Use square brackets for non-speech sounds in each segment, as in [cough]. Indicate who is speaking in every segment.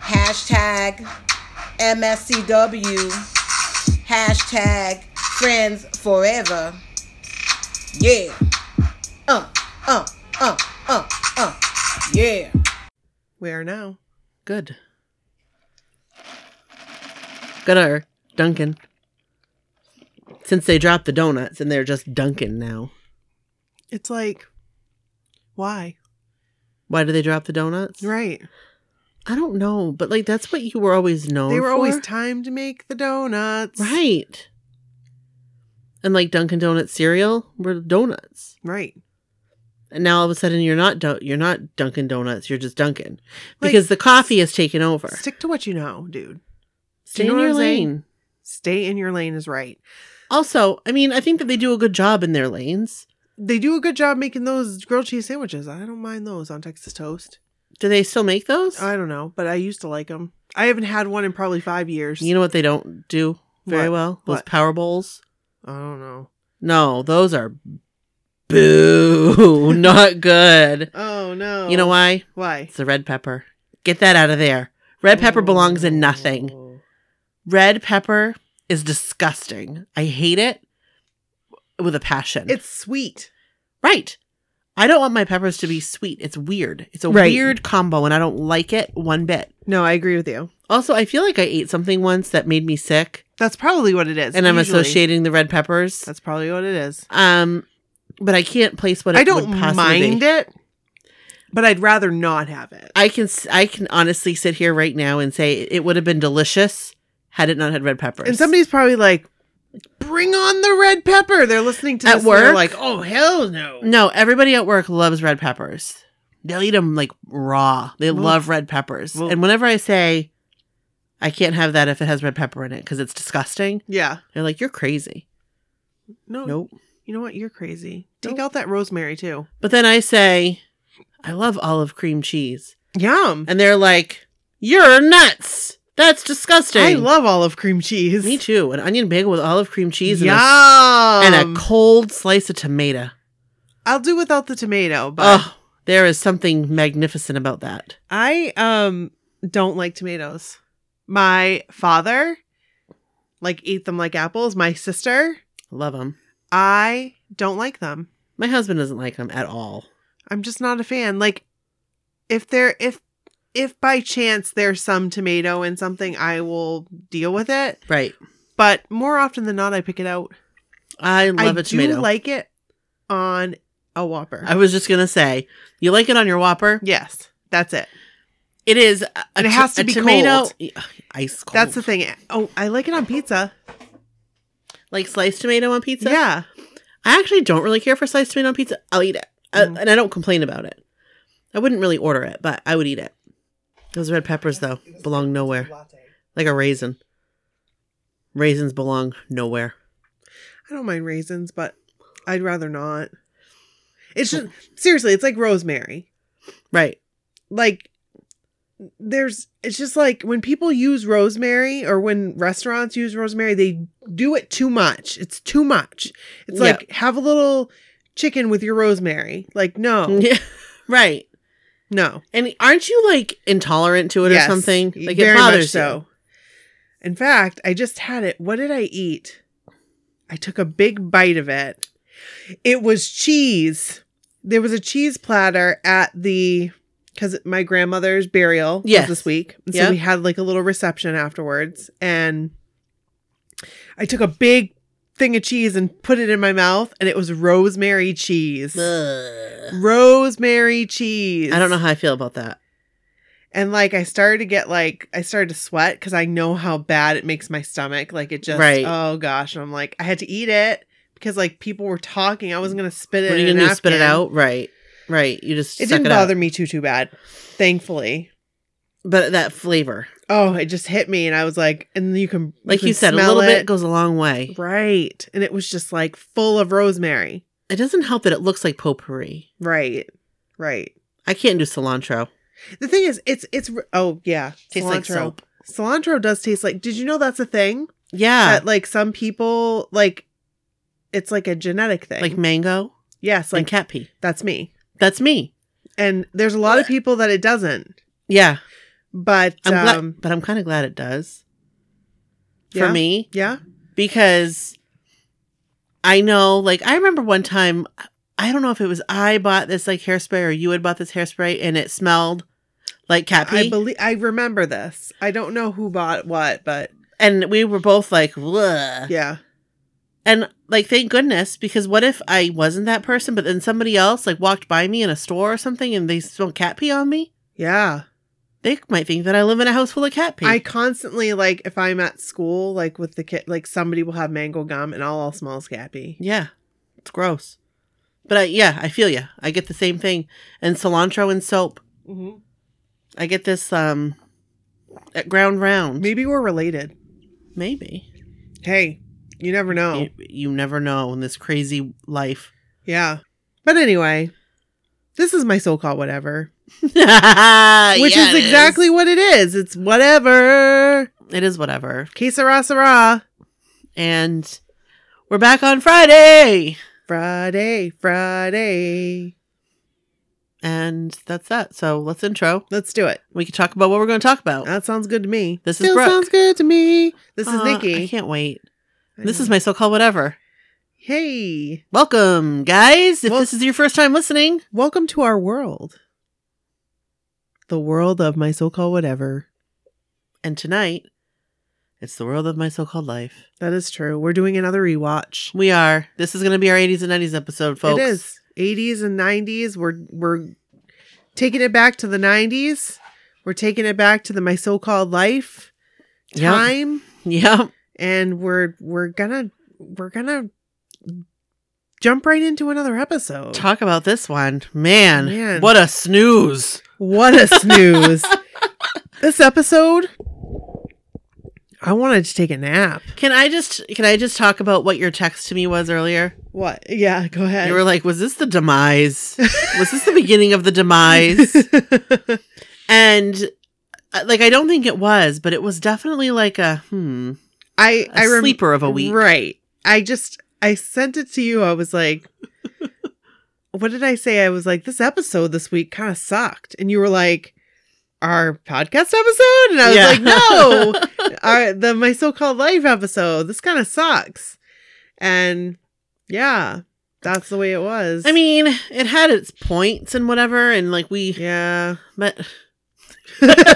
Speaker 1: Hashtag MSCW. Hashtag friends forever. Yeah. Uh, uh, uh, uh, uh. Yeah.
Speaker 2: We are now good. Gooder, Duncan. Since they dropped the donuts and they're just Duncan now.
Speaker 3: It's like, why?
Speaker 2: Why do they drop the donuts?
Speaker 3: Right.
Speaker 2: I don't know, but like that's what you were always known.
Speaker 3: They were always
Speaker 2: for.
Speaker 3: time to make the donuts.
Speaker 2: right. And like Dunkin' Donuts cereal were donuts,
Speaker 3: Right.
Speaker 2: and now all of a sudden you're not do- you're not Dunkin' Donuts, you're just Dunkin'
Speaker 3: Like,
Speaker 2: because the coffee has taken over.
Speaker 3: Stick to what you know, dude.
Speaker 2: Stay
Speaker 3: you know
Speaker 2: in
Speaker 3: what
Speaker 2: your
Speaker 3: I'm saying?
Speaker 2: lane.
Speaker 3: Stay in your lane is right.
Speaker 2: Also, I mean, I think that they do a good job in their lanes.
Speaker 3: They do a good job making those grilled cheese sandwiches. I don't mind those on Texas toast.
Speaker 2: Do they still make those?
Speaker 3: I don't know, but I used to like them. I haven't had one in probably five years.
Speaker 2: you know what they don't do very
Speaker 3: What?
Speaker 2: well? Those
Speaker 3: What?
Speaker 2: Power Bowls.
Speaker 3: I don't know.
Speaker 2: No, those are boo, [laughs] not good.
Speaker 3: Oh no.
Speaker 2: You know why?
Speaker 3: Why?
Speaker 2: It's the red pepper. Get that out of there. Red pepper belongs in nothing.
Speaker 3: Oh.
Speaker 2: Red pepper is disgusting. I hate it with a passion.
Speaker 3: It's sweet.
Speaker 2: right. I don't want my peppers to be sweet. It's weird. It's a
Speaker 3: Right.
Speaker 2: weird combo and I don't like it one bit.
Speaker 3: No, I agree with you.
Speaker 2: Also, I feel like I ate something once that made me sick
Speaker 3: That's probably what it is.
Speaker 2: and I'm
Speaker 3: usually.
Speaker 2: associating the red peppers.
Speaker 3: That's probably what it is.
Speaker 2: Um but I can't place what it
Speaker 3: I don't
Speaker 2: would possibly
Speaker 3: mind
Speaker 2: be.
Speaker 3: it, but I'd rather not have it.
Speaker 2: I can s- I can honestly sit here right now and say it would have been delicious had it not had red peppers.
Speaker 3: And somebody's probably like, "Bring on the red pepper." They're listening to
Speaker 2: At
Speaker 3: this and they're
Speaker 2: work?
Speaker 3: like, "Oh hell no!"
Speaker 2: No, everybody at work loves red peppers. They'll eat them like raw. They
Speaker 3: Well-
Speaker 2: love red peppers.
Speaker 3: well-
Speaker 2: and whenever I say, I can't have that if it has red pepper in it because it's disgusting,
Speaker 3: Yeah,
Speaker 2: they're like, you're crazy.
Speaker 3: no,
Speaker 2: Nope.
Speaker 3: You know what? You're crazy. Take
Speaker 2: Nope.
Speaker 3: out that rosemary too.
Speaker 2: But then I say, I love olive cream cheese.
Speaker 3: Yum.
Speaker 2: And they're like, you're nuts. That's disgusting.
Speaker 3: I love olive cream cheese.
Speaker 2: Me too. An onion bagel with olive cream cheese and,
Speaker 3: Yum.
Speaker 2: a, and a cold slice of tomato.
Speaker 3: I'll do without the tomato, but
Speaker 2: Oh, there is something magnificent about that.
Speaker 3: I um don't like tomatoes. My father like ate them like apples. My sister,
Speaker 2: Love them.
Speaker 3: I don't like them.
Speaker 2: My husband doesn't like them at all.
Speaker 3: I'm just not a fan. Like if there if if by chance there's some tomato in something, I will deal with it.
Speaker 2: Right.
Speaker 3: But more often than not, I pick it out.
Speaker 2: I love
Speaker 3: I
Speaker 2: a tomato.
Speaker 3: do like it on a Whopper.
Speaker 2: I was just gonna say, you like it on your Whopper.
Speaker 3: yes, that's it.
Speaker 2: It is. A, a
Speaker 3: And it has to
Speaker 2: to- a
Speaker 3: be
Speaker 2: tomato,
Speaker 3: cold.
Speaker 2: ice cold.
Speaker 3: That's the thing. Oh, I like it on pizza.
Speaker 2: like sliced tomato on pizza.
Speaker 3: yeah,
Speaker 2: I actually don't really care for sliced tomato on pizza. I'll eat it, Uh,
Speaker 3: Mhm.
Speaker 2: and I don't complain about it. I wouldn't really order it, but I would eat it. Those red peppers, though, belong nowhere. Like a raisin. Raisins belong nowhere.
Speaker 3: I don't mind raisins, but I'd rather not. It's just seriously, it's like rosemary.
Speaker 2: Right.
Speaker 3: Like there's it's just like when people use rosemary or when restaurants use rosemary, they do it too much. It's too much. It's
Speaker 2: Yeah.
Speaker 3: like have a little chicken with your rosemary. Like no.
Speaker 2: Yeah. [laughs] right.
Speaker 3: No.
Speaker 2: And aren't you like intolerant to it or something? Like
Speaker 3: very
Speaker 2: it bothers
Speaker 3: much so. In fact, I just had it. What did I eat? I took a big bite of it. It was cheese. There was a cheese platter at the because my grandmother's burial
Speaker 2: Yes.
Speaker 3: was this week. And so
Speaker 2: Yeah.
Speaker 3: we had like a little reception afterwards. And I took a big thing of cheese and put it in my mouth, and it was rosemary cheese.
Speaker 2: you. Ugh.
Speaker 3: Rosemary cheese.
Speaker 2: I don't know how I feel about that.
Speaker 3: And like I started to get like I started to sweat because I know how bad it makes my stomach. Like it just
Speaker 2: Right.
Speaker 3: oh gosh. And I'm like, I had to eat it because like people were talking. I wasn't gonna spit it.
Speaker 2: What are you
Speaker 3: in a
Speaker 2: gonna do? Spit it
Speaker 3: napkin.
Speaker 2: out? Right. Right. You just
Speaker 3: It
Speaker 2: suck
Speaker 3: didn't
Speaker 2: out.
Speaker 3: bother me too too bad, thankfully.
Speaker 2: But that flavor.
Speaker 3: Oh, it just hit me, and I was like, and you can
Speaker 2: Like you,
Speaker 3: can
Speaker 2: said, a
Speaker 3: smell
Speaker 2: little bit
Speaker 3: it.
Speaker 2: goes a long way.
Speaker 3: right, and it was just like full of rosemary.
Speaker 2: It doesn't help that it looks like potpourri.
Speaker 3: Right, right.
Speaker 2: I can't do cilantro.
Speaker 3: The thing is, it's it's oh yeah,
Speaker 2: Tastes like soap.
Speaker 3: Cilantro does taste like. Did you know that's a thing?
Speaker 2: Yeah,
Speaker 3: That like some people like, it's like a genetic thing.
Speaker 2: like mango
Speaker 3: yes,
Speaker 2: like,
Speaker 3: like
Speaker 2: and cat pee.
Speaker 3: that's me.
Speaker 2: That's me.
Speaker 3: And there's a lot of people that it doesn't.
Speaker 2: Yeah,
Speaker 3: But
Speaker 2: I'm
Speaker 3: um,
Speaker 2: glad, but I'm kind of glad it does
Speaker 3: yeah.
Speaker 2: for me
Speaker 3: yeah,
Speaker 2: because I know. Like I remember one time, I don't know if it was I bought this like hairspray or you had bought this hairspray, and it smelled like cat pee.
Speaker 3: I believe I remember this. I don't know who bought what, but
Speaker 2: and we were both like, Bleh.
Speaker 3: yeah,
Speaker 2: and like thank goodness because what if I wasn't that person, but then somebody else like walked by me in a store or something, and they smelled cat pee on me.
Speaker 3: yeah.
Speaker 2: They might think that I live in a house full of cat pee.
Speaker 3: I constantly like if I'm at school, like with the kid, like somebody will have mango gum, and all I'll smell is cat pee.
Speaker 2: Yeah, it's gross. But I, yeah, I feel you. I get the same thing. And cilantro and soap.
Speaker 3: Mm-hmm.
Speaker 2: I get this um at Ground Round.
Speaker 3: Maybe we're related.
Speaker 2: Maybe.
Speaker 3: Hey, you never know.
Speaker 2: You, you never know in this crazy life. [laughs]
Speaker 3: Yeah. But anyway, this is my so called whatever,
Speaker 2: Which
Speaker 3: which is exactly what it is. It's whatever.
Speaker 2: It is whatever.
Speaker 3: Que sera, sera.
Speaker 2: And we're back on Friday.
Speaker 3: Friday, Friday.
Speaker 2: And that's that. So let's intro.
Speaker 3: Let's do it.
Speaker 2: We can talk about what we're going to talk about.
Speaker 3: That sounds good to me.
Speaker 2: This is
Speaker 3: Still
Speaker 2: Brooke.
Speaker 3: sounds good to me. Uh, This is
Speaker 2: Uh, I
Speaker 3: Nikki.
Speaker 2: can't wait.
Speaker 3: I
Speaker 2: This
Speaker 3: know.
Speaker 2: is my so called whatever.
Speaker 3: Hey,
Speaker 2: Welcome, guys. If
Speaker 3: Well-
Speaker 2: this is your first time listening,
Speaker 3: welcome to our world. The world of my so called whatever.
Speaker 2: And tonight, it's the world of my so called life.
Speaker 3: That is true. We're doing another rewatch.
Speaker 2: We are. This is going to be our 80s and 90s episode, folks.
Speaker 3: It is 80s and 90s. We're we're taking it back to the 90s. We're taking it back to the my so-called life
Speaker 2: Yep.
Speaker 3: time,
Speaker 2: Yep.
Speaker 3: and we're we're gonna we're gonna jump right into another episode.
Speaker 2: Talk about this one. Man,
Speaker 3: Man.
Speaker 2: what a snooze.
Speaker 3: What a [laughs] snooze! this episode, I wanted to take a nap.
Speaker 2: Can I just can I just talk about what your text to me was earlier?
Speaker 3: What? Yeah, go ahead. [laughs]
Speaker 2: You were like, was this the demise? was this the beginning of the [laughs] demise? And uh, like I don't think it was, but it was definitely like a hmm,
Speaker 3: I
Speaker 2: a
Speaker 3: I remember.
Speaker 2: sleeper of a week.
Speaker 3: Right. I just I sent it to you. I was
Speaker 2: [laughs]
Speaker 3: like, what did I say? I was like, this episode this week kind of sucked, and you were like, our podcast episode, and I was
Speaker 2: Yeah.
Speaker 3: like, no,
Speaker 2: [laughs]
Speaker 3: our the my so called life episode. This kind of sucks, and yeah, that's the way it was.
Speaker 2: I mean, it had its points and whatever and like we [laughs]
Speaker 3: yeah.
Speaker 2: but but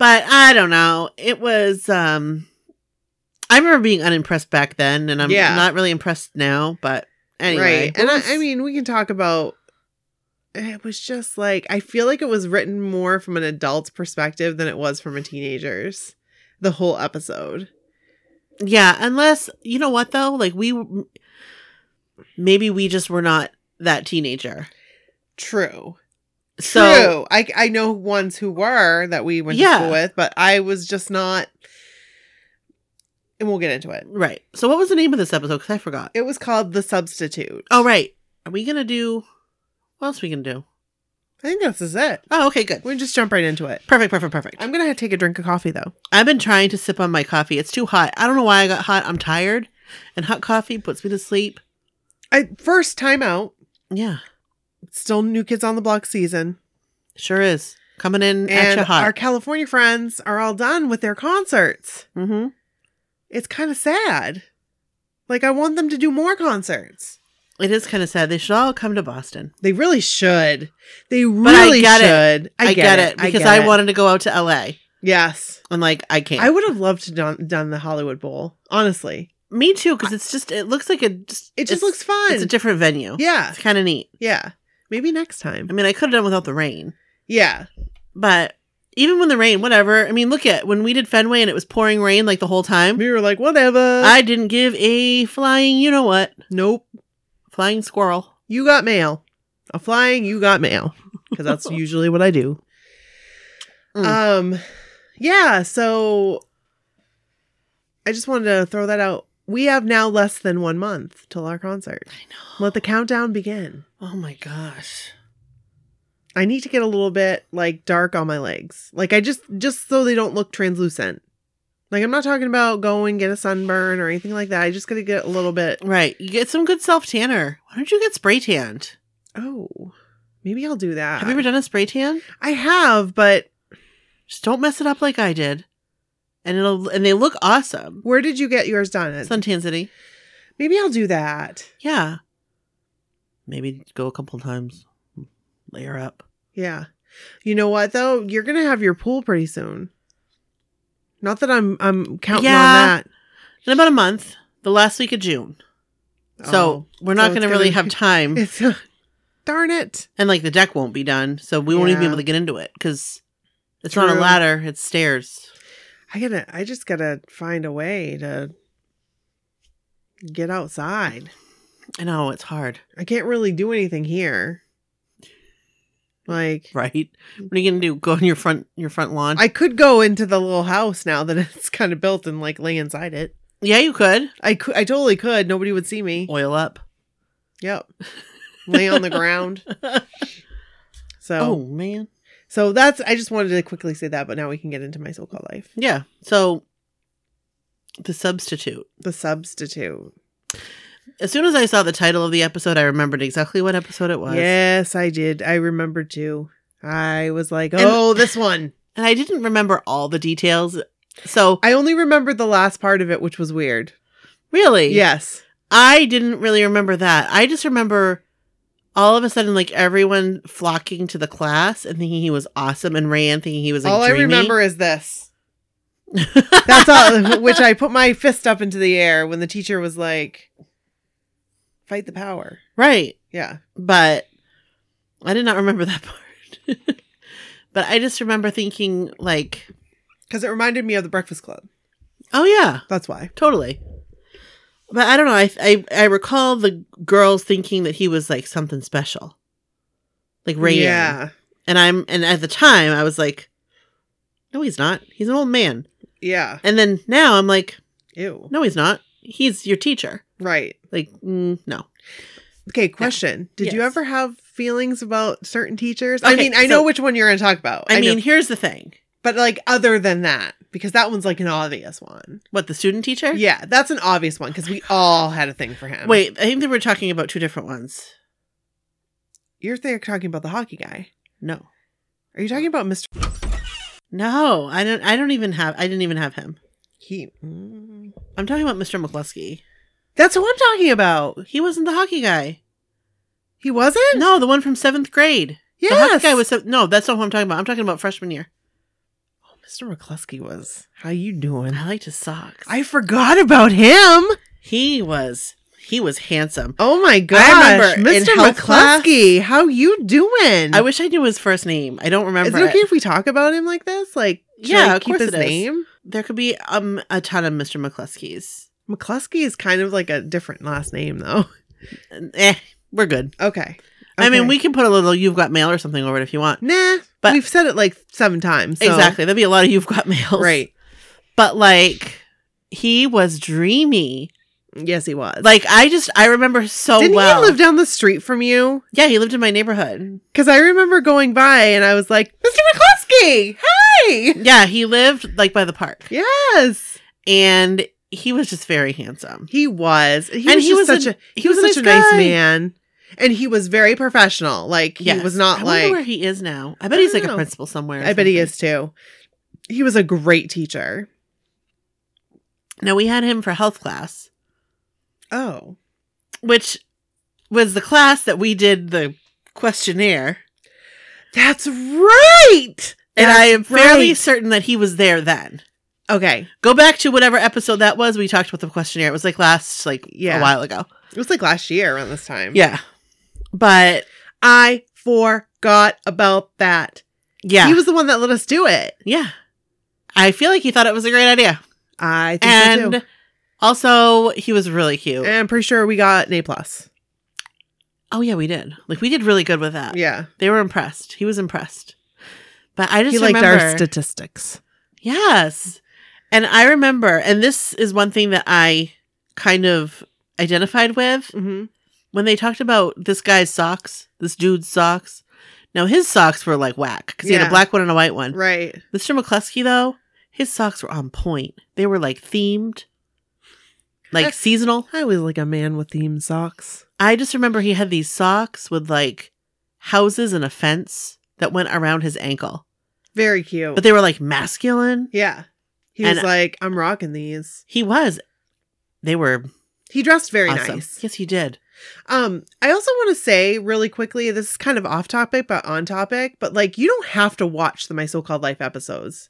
Speaker 2: I don't know. It was um I remember being unimpressed back then and I'm
Speaker 3: Yeah.
Speaker 2: not really impressed now, but anyway.
Speaker 3: Right. And
Speaker 2: What was-
Speaker 3: I, I mean, we can talk about it was just like I feel like it was written more from an adult's perspective than it was from a teenager's. The whole episode.
Speaker 2: yeah, unless you know what though? Like we maybe we just were not that teenager.
Speaker 3: True.
Speaker 2: So
Speaker 3: True. I I know ones who were that we went
Speaker 2: Yeah.
Speaker 3: to school with, but I was just not and we'll get into it.
Speaker 2: right. So what was the name of this episode cuz I forgot.
Speaker 3: It was called The Substitute.
Speaker 2: Oh right. Are we going to do what else we can do?
Speaker 3: I think this is it.
Speaker 2: Oh, okay, good.
Speaker 3: We'll just jump right into it.
Speaker 2: Perfect, perfect, perfect.
Speaker 3: I'm gonna have to take a drink of coffee though.
Speaker 2: I've been trying to sip on my coffee. It's too hot. I don't know why I got hot. I'm tired. And hot coffee puts me to sleep.
Speaker 3: I first time out.
Speaker 2: Yeah.
Speaker 3: Still new kids on the block season.
Speaker 2: Sure is. Coming in at
Speaker 3: and
Speaker 2: you hot.
Speaker 3: our California friends are all done with their concerts.
Speaker 2: mm-hmm.
Speaker 3: It's kind of sad. Like I want them to do more concerts.
Speaker 2: It is kind of sad. They should all come to Boston.
Speaker 3: They really should. They
Speaker 2: I
Speaker 3: really
Speaker 2: get it.
Speaker 3: should. I, get, it
Speaker 2: because I,
Speaker 3: get it.
Speaker 2: wanted to go out to LA.
Speaker 3: Yes,
Speaker 2: And like I can't.
Speaker 3: I would have loved to done, done the Hollywood Bowl. Honestly,
Speaker 2: Me too, because it's just it looks like a just
Speaker 3: it just
Speaker 2: it's-
Speaker 3: looks fun.
Speaker 2: It's a different venue.
Speaker 3: yeah,
Speaker 2: It's kind of neat.
Speaker 3: yeah. Maybe next time.
Speaker 2: I mean, I could have done without the rain,
Speaker 3: Yeah,
Speaker 2: but even when the rain, whatever. I mean, look at when we did Fenway and it was pouring rain like the whole time.
Speaker 3: we were like, whatever.
Speaker 2: I didn't give a flying, you know what,
Speaker 3: nope.
Speaker 2: flying squirrel.
Speaker 3: You got mail. A
Speaker 2: [laughs]
Speaker 3: flying. You got mail. Because that's usually what I do.
Speaker 2: Mm.
Speaker 3: Um, yeah, so I just wanted to throw that out. We have now less than one month till our concert.
Speaker 2: I know. [gasps]
Speaker 3: Let the countdown begin.
Speaker 2: Oh my gosh.
Speaker 3: I need to get a little bit like dark on my legs. Like I just just so they don't look translucent. Like I'm not talking about go and get a sunburn or anything like that. I just gotta get a little bit
Speaker 2: Right. You get some good self tanner. Why don't you get spray tanned?
Speaker 3: oh, maybe I'll do that.
Speaker 2: Have you ever done a spray tan?
Speaker 3: I have, but
Speaker 2: Just don't mess it up like I did. And it'll and they look awesome.
Speaker 3: where did you get yours done? At?
Speaker 2: Suntan City.
Speaker 3: Maybe I'll do that.
Speaker 2: Yeah. Maybe go a couple times. Layer up.
Speaker 3: Yeah. You know what though? You're gonna have your pool pretty soon. Not that I'm I'm counting
Speaker 2: Yeah.
Speaker 3: on
Speaker 2: In about a month, the last week of June.
Speaker 3: that.
Speaker 2: So we're not
Speaker 3: Oh, so it's
Speaker 2: gonna really
Speaker 3: gonna-
Speaker 2: have time.
Speaker 3: Oh, [laughs] it's darn it.
Speaker 2: and like the deck won't be done, so we won't even be
Speaker 3: Yeah.
Speaker 2: able to get into it because it's not a
Speaker 3: True.
Speaker 2: ladder; it's stairs.
Speaker 3: I gotta I just gotta find a way to get outside.
Speaker 2: I know it's hard, [laughs]
Speaker 3: I can't really do anything here. Like
Speaker 2: right? What are you gonna do? Go on your front your front lawn?
Speaker 3: I could go into the little house now that [laughs] it's kind of built and like lay inside it.
Speaker 2: yeah, you could
Speaker 3: I could I totally could. Nobody would see me.
Speaker 2: oil up.
Speaker 3: Yep. lay on the
Speaker 2: [laughs]
Speaker 3: ground. So
Speaker 2: Oh man,
Speaker 3: So that's I just wanted to quickly say that, but now we can get into my so-called life.
Speaker 2: yeah. So the substitute.
Speaker 3: The substitute.
Speaker 2: As soon as I saw the title of the episode, I remembered exactly what episode it was.
Speaker 3: Yes, I did. I remember too. I was like, oh, this one.
Speaker 2: and I didn't remember all the details. So
Speaker 3: I only remembered the last part of it, which was weird.
Speaker 2: really,
Speaker 3: Yes.
Speaker 2: I didn't really remember that. I just remember all of a sudden, like everyone flocking to the class and thinking he was awesome, and Rand thinking he was like,
Speaker 3: all
Speaker 2: dreamy.
Speaker 3: I remember is
Speaker 2: [laughs]
Speaker 3: this. That's all which I put my fist up into the air when the teacher was like, fight the power.
Speaker 2: right,
Speaker 3: Yeah.
Speaker 2: but I did not remember that [laughs] part. but I just remember thinking, like,
Speaker 3: Because it reminded me of the Breakfast Club.
Speaker 2: oh yeah,
Speaker 3: That's why.
Speaker 2: totally. But I don't know. I I, I recall the girls thinking that he was like something special, like Rand.
Speaker 3: Yeah.
Speaker 2: And I'm and at the time I was like, no, he's not. He's an old man.
Speaker 3: Yeah.
Speaker 2: And then now I'm like,
Speaker 3: Ew.
Speaker 2: no, he's not. He's your teacher.
Speaker 3: Right.
Speaker 2: Like, mm, no.
Speaker 3: Okay, question. Did you
Speaker 2: Yes.
Speaker 3: ever have feelings about certain teachers? I
Speaker 2: Okay,
Speaker 3: mean, I
Speaker 2: so-
Speaker 3: know which one you're going to talk about.
Speaker 2: I, mean,
Speaker 3: know-
Speaker 2: here's the thing.
Speaker 3: but like other than that, because that one's like an obvious one.
Speaker 2: What the student teacher?
Speaker 3: Yeah, that's an obvious one because we all had a thing for him.
Speaker 2: Wait, I think they were talking about two different ones.
Speaker 3: you're there talking about the hockey guy.
Speaker 2: No,
Speaker 3: Are you talking about Mr.
Speaker 2: no, I don't. I don't even have. I didn't even have him.
Speaker 3: He? Mm.
Speaker 2: I'm talking about Mr. McCluskey.
Speaker 3: That's who I'm talking about.
Speaker 2: He wasn't the hockey guy.
Speaker 3: He wasn't.
Speaker 2: No, the one from seventh grade.
Speaker 3: Yes.
Speaker 2: The hockey guy was. se- No, that's not who I'm talking about. I'm talking about freshman year.
Speaker 3: Mr. McCluskey was. How you doing?
Speaker 2: I liked his socks.
Speaker 3: I forgot about him.
Speaker 2: he was. He was handsome.
Speaker 3: Oh my
Speaker 2: I
Speaker 3: gosh,
Speaker 2: remember in
Speaker 3: Mr.
Speaker 2: health class-
Speaker 3: McCluskey, how you doing?
Speaker 2: I wish I knew his first name. I don't remember.
Speaker 3: Is it okay if we talk about him like this? Like, should
Speaker 2: Yeah,
Speaker 3: I
Speaker 2: of
Speaker 3: keep
Speaker 2: course
Speaker 3: his
Speaker 2: it is.
Speaker 3: name.
Speaker 2: There could be um a ton of Mr. McCluskeys.
Speaker 3: McCluskey is kind of like a different last name, though. [laughs]
Speaker 2: Eh, we're good.
Speaker 3: Okay.
Speaker 2: I mean,
Speaker 3: Okay.
Speaker 2: we can put a little "You've Got Mail" or something over it if you want.
Speaker 3: Nah,
Speaker 2: But-
Speaker 3: but we've said it like seven times. so-
Speaker 2: Exactly, that'd be a lot of "You've Got Mail."
Speaker 3: Right.
Speaker 2: but like he was dreamy.
Speaker 3: [laughs] Yes, he was. Oh,
Speaker 2: Like I just I remember so
Speaker 3: didn't
Speaker 2: well.
Speaker 3: he live down the street from you?
Speaker 2: yeah, he lived in my neighborhood.
Speaker 3: Because I remember going by and I was like, Mr. McCluskey, hi.
Speaker 2: Yeah, he lived like by the park,
Speaker 3: [laughs] Yes,
Speaker 2: and he was just very handsome.
Speaker 3: he was. He
Speaker 2: And
Speaker 3: was
Speaker 2: he
Speaker 3: just
Speaker 2: was
Speaker 3: such
Speaker 2: a-
Speaker 3: a he, was, such a nice,
Speaker 2: guy.
Speaker 3: man, and he was very professional. Like he
Speaker 2: Yes.
Speaker 3: was not
Speaker 2: I
Speaker 3: like
Speaker 2: wonder where he is now. I bet
Speaker 3: I
Speaker 2: he's
Speaker 3: don't
Speaker 2: like a
Speaker 3: know.
Speaker 2: principal somewhere. or
Speaker 3: I bet he
Speaker 2: something.
Speaker 3: is too. He was a great teacher.
Speaker 2: Now we had him for health class,
Speaker 3: Oh.
Speaker 2: which was the class that we did the questionnaire,
Speaker 3: That's right.
Speaker 2: and I am
Speaker 3: That's
Speaker 2: fairly
Speaker 3: right.
Speaker 2: certain that he was there then.
Speaker 3: Okay.
Speaker 2: Go back to whatever episode that was. We talked about the questionnaire. It was like last, like
Speaker 3: Yeah.
Speaker 2: a while ago.
Speaker 3: It was like last year around this time.
Speaker 2: Yeah, but
Speaker 3: I forgot about that.
Speaker 2: yeah,
Speaker 3: He was the one that let us do it.
Speaker 2: yeah. I feel like he thought it was a great idea,
Speaker 3: I think so
Speaker 2: and
Speaker 3: too.
Speaker 2: also he was really cute.
Speaker 3: And I'm pretty sure we got an A plus.
Speaker 2: oh yeah, we did. Like we did really good with
Speaker 3: Uh,
Speaker 2: that.
Speaker 3: Yeah.
Speaker 2: They were impressed. He was impressed. But I just
Speaker 3: He liked
Speaker 2: remember
Speaker 3: our statistics.
Speaker 2: Yes. And I remember, and this is one thing that I kind of identified with
Speaker 3: Mm-hmm.
Speaker 2: when they talked about this guy's socks, this dude's socks. Now, his socks were like whack because he had
Speaker 3: Yeah.
Speaker 2: a black one and a white one.
Speaker 3: Right.
Speaker 2: Mr. McCluskey, though, his socks were on point. They were like themed, like
Speaker 3: That's-
Speaker 2: seasonal.
Speaker 3: I was like a man with theme socks.
Speaker 2: I just remember he had these socks with like houses and a fence that went around his ankle,
Speaker 3: Very cute.
Speaker 2: but they were like masculine.
Speaker 3: yeah. He
Speaker 2: And-
Speaker 3: was like, I'm rocking these.
Speaker 2: He was. They were
Speaker 3: He dressed very
Speaker 2: awesome.
Speaker 3: nice.
Speaker 2: Yes, he did.
Speaker 3: Um, I also want to say really quickly, this is kind of off topic, but on topic, but like you don't have to watch the My So Called Life episodes.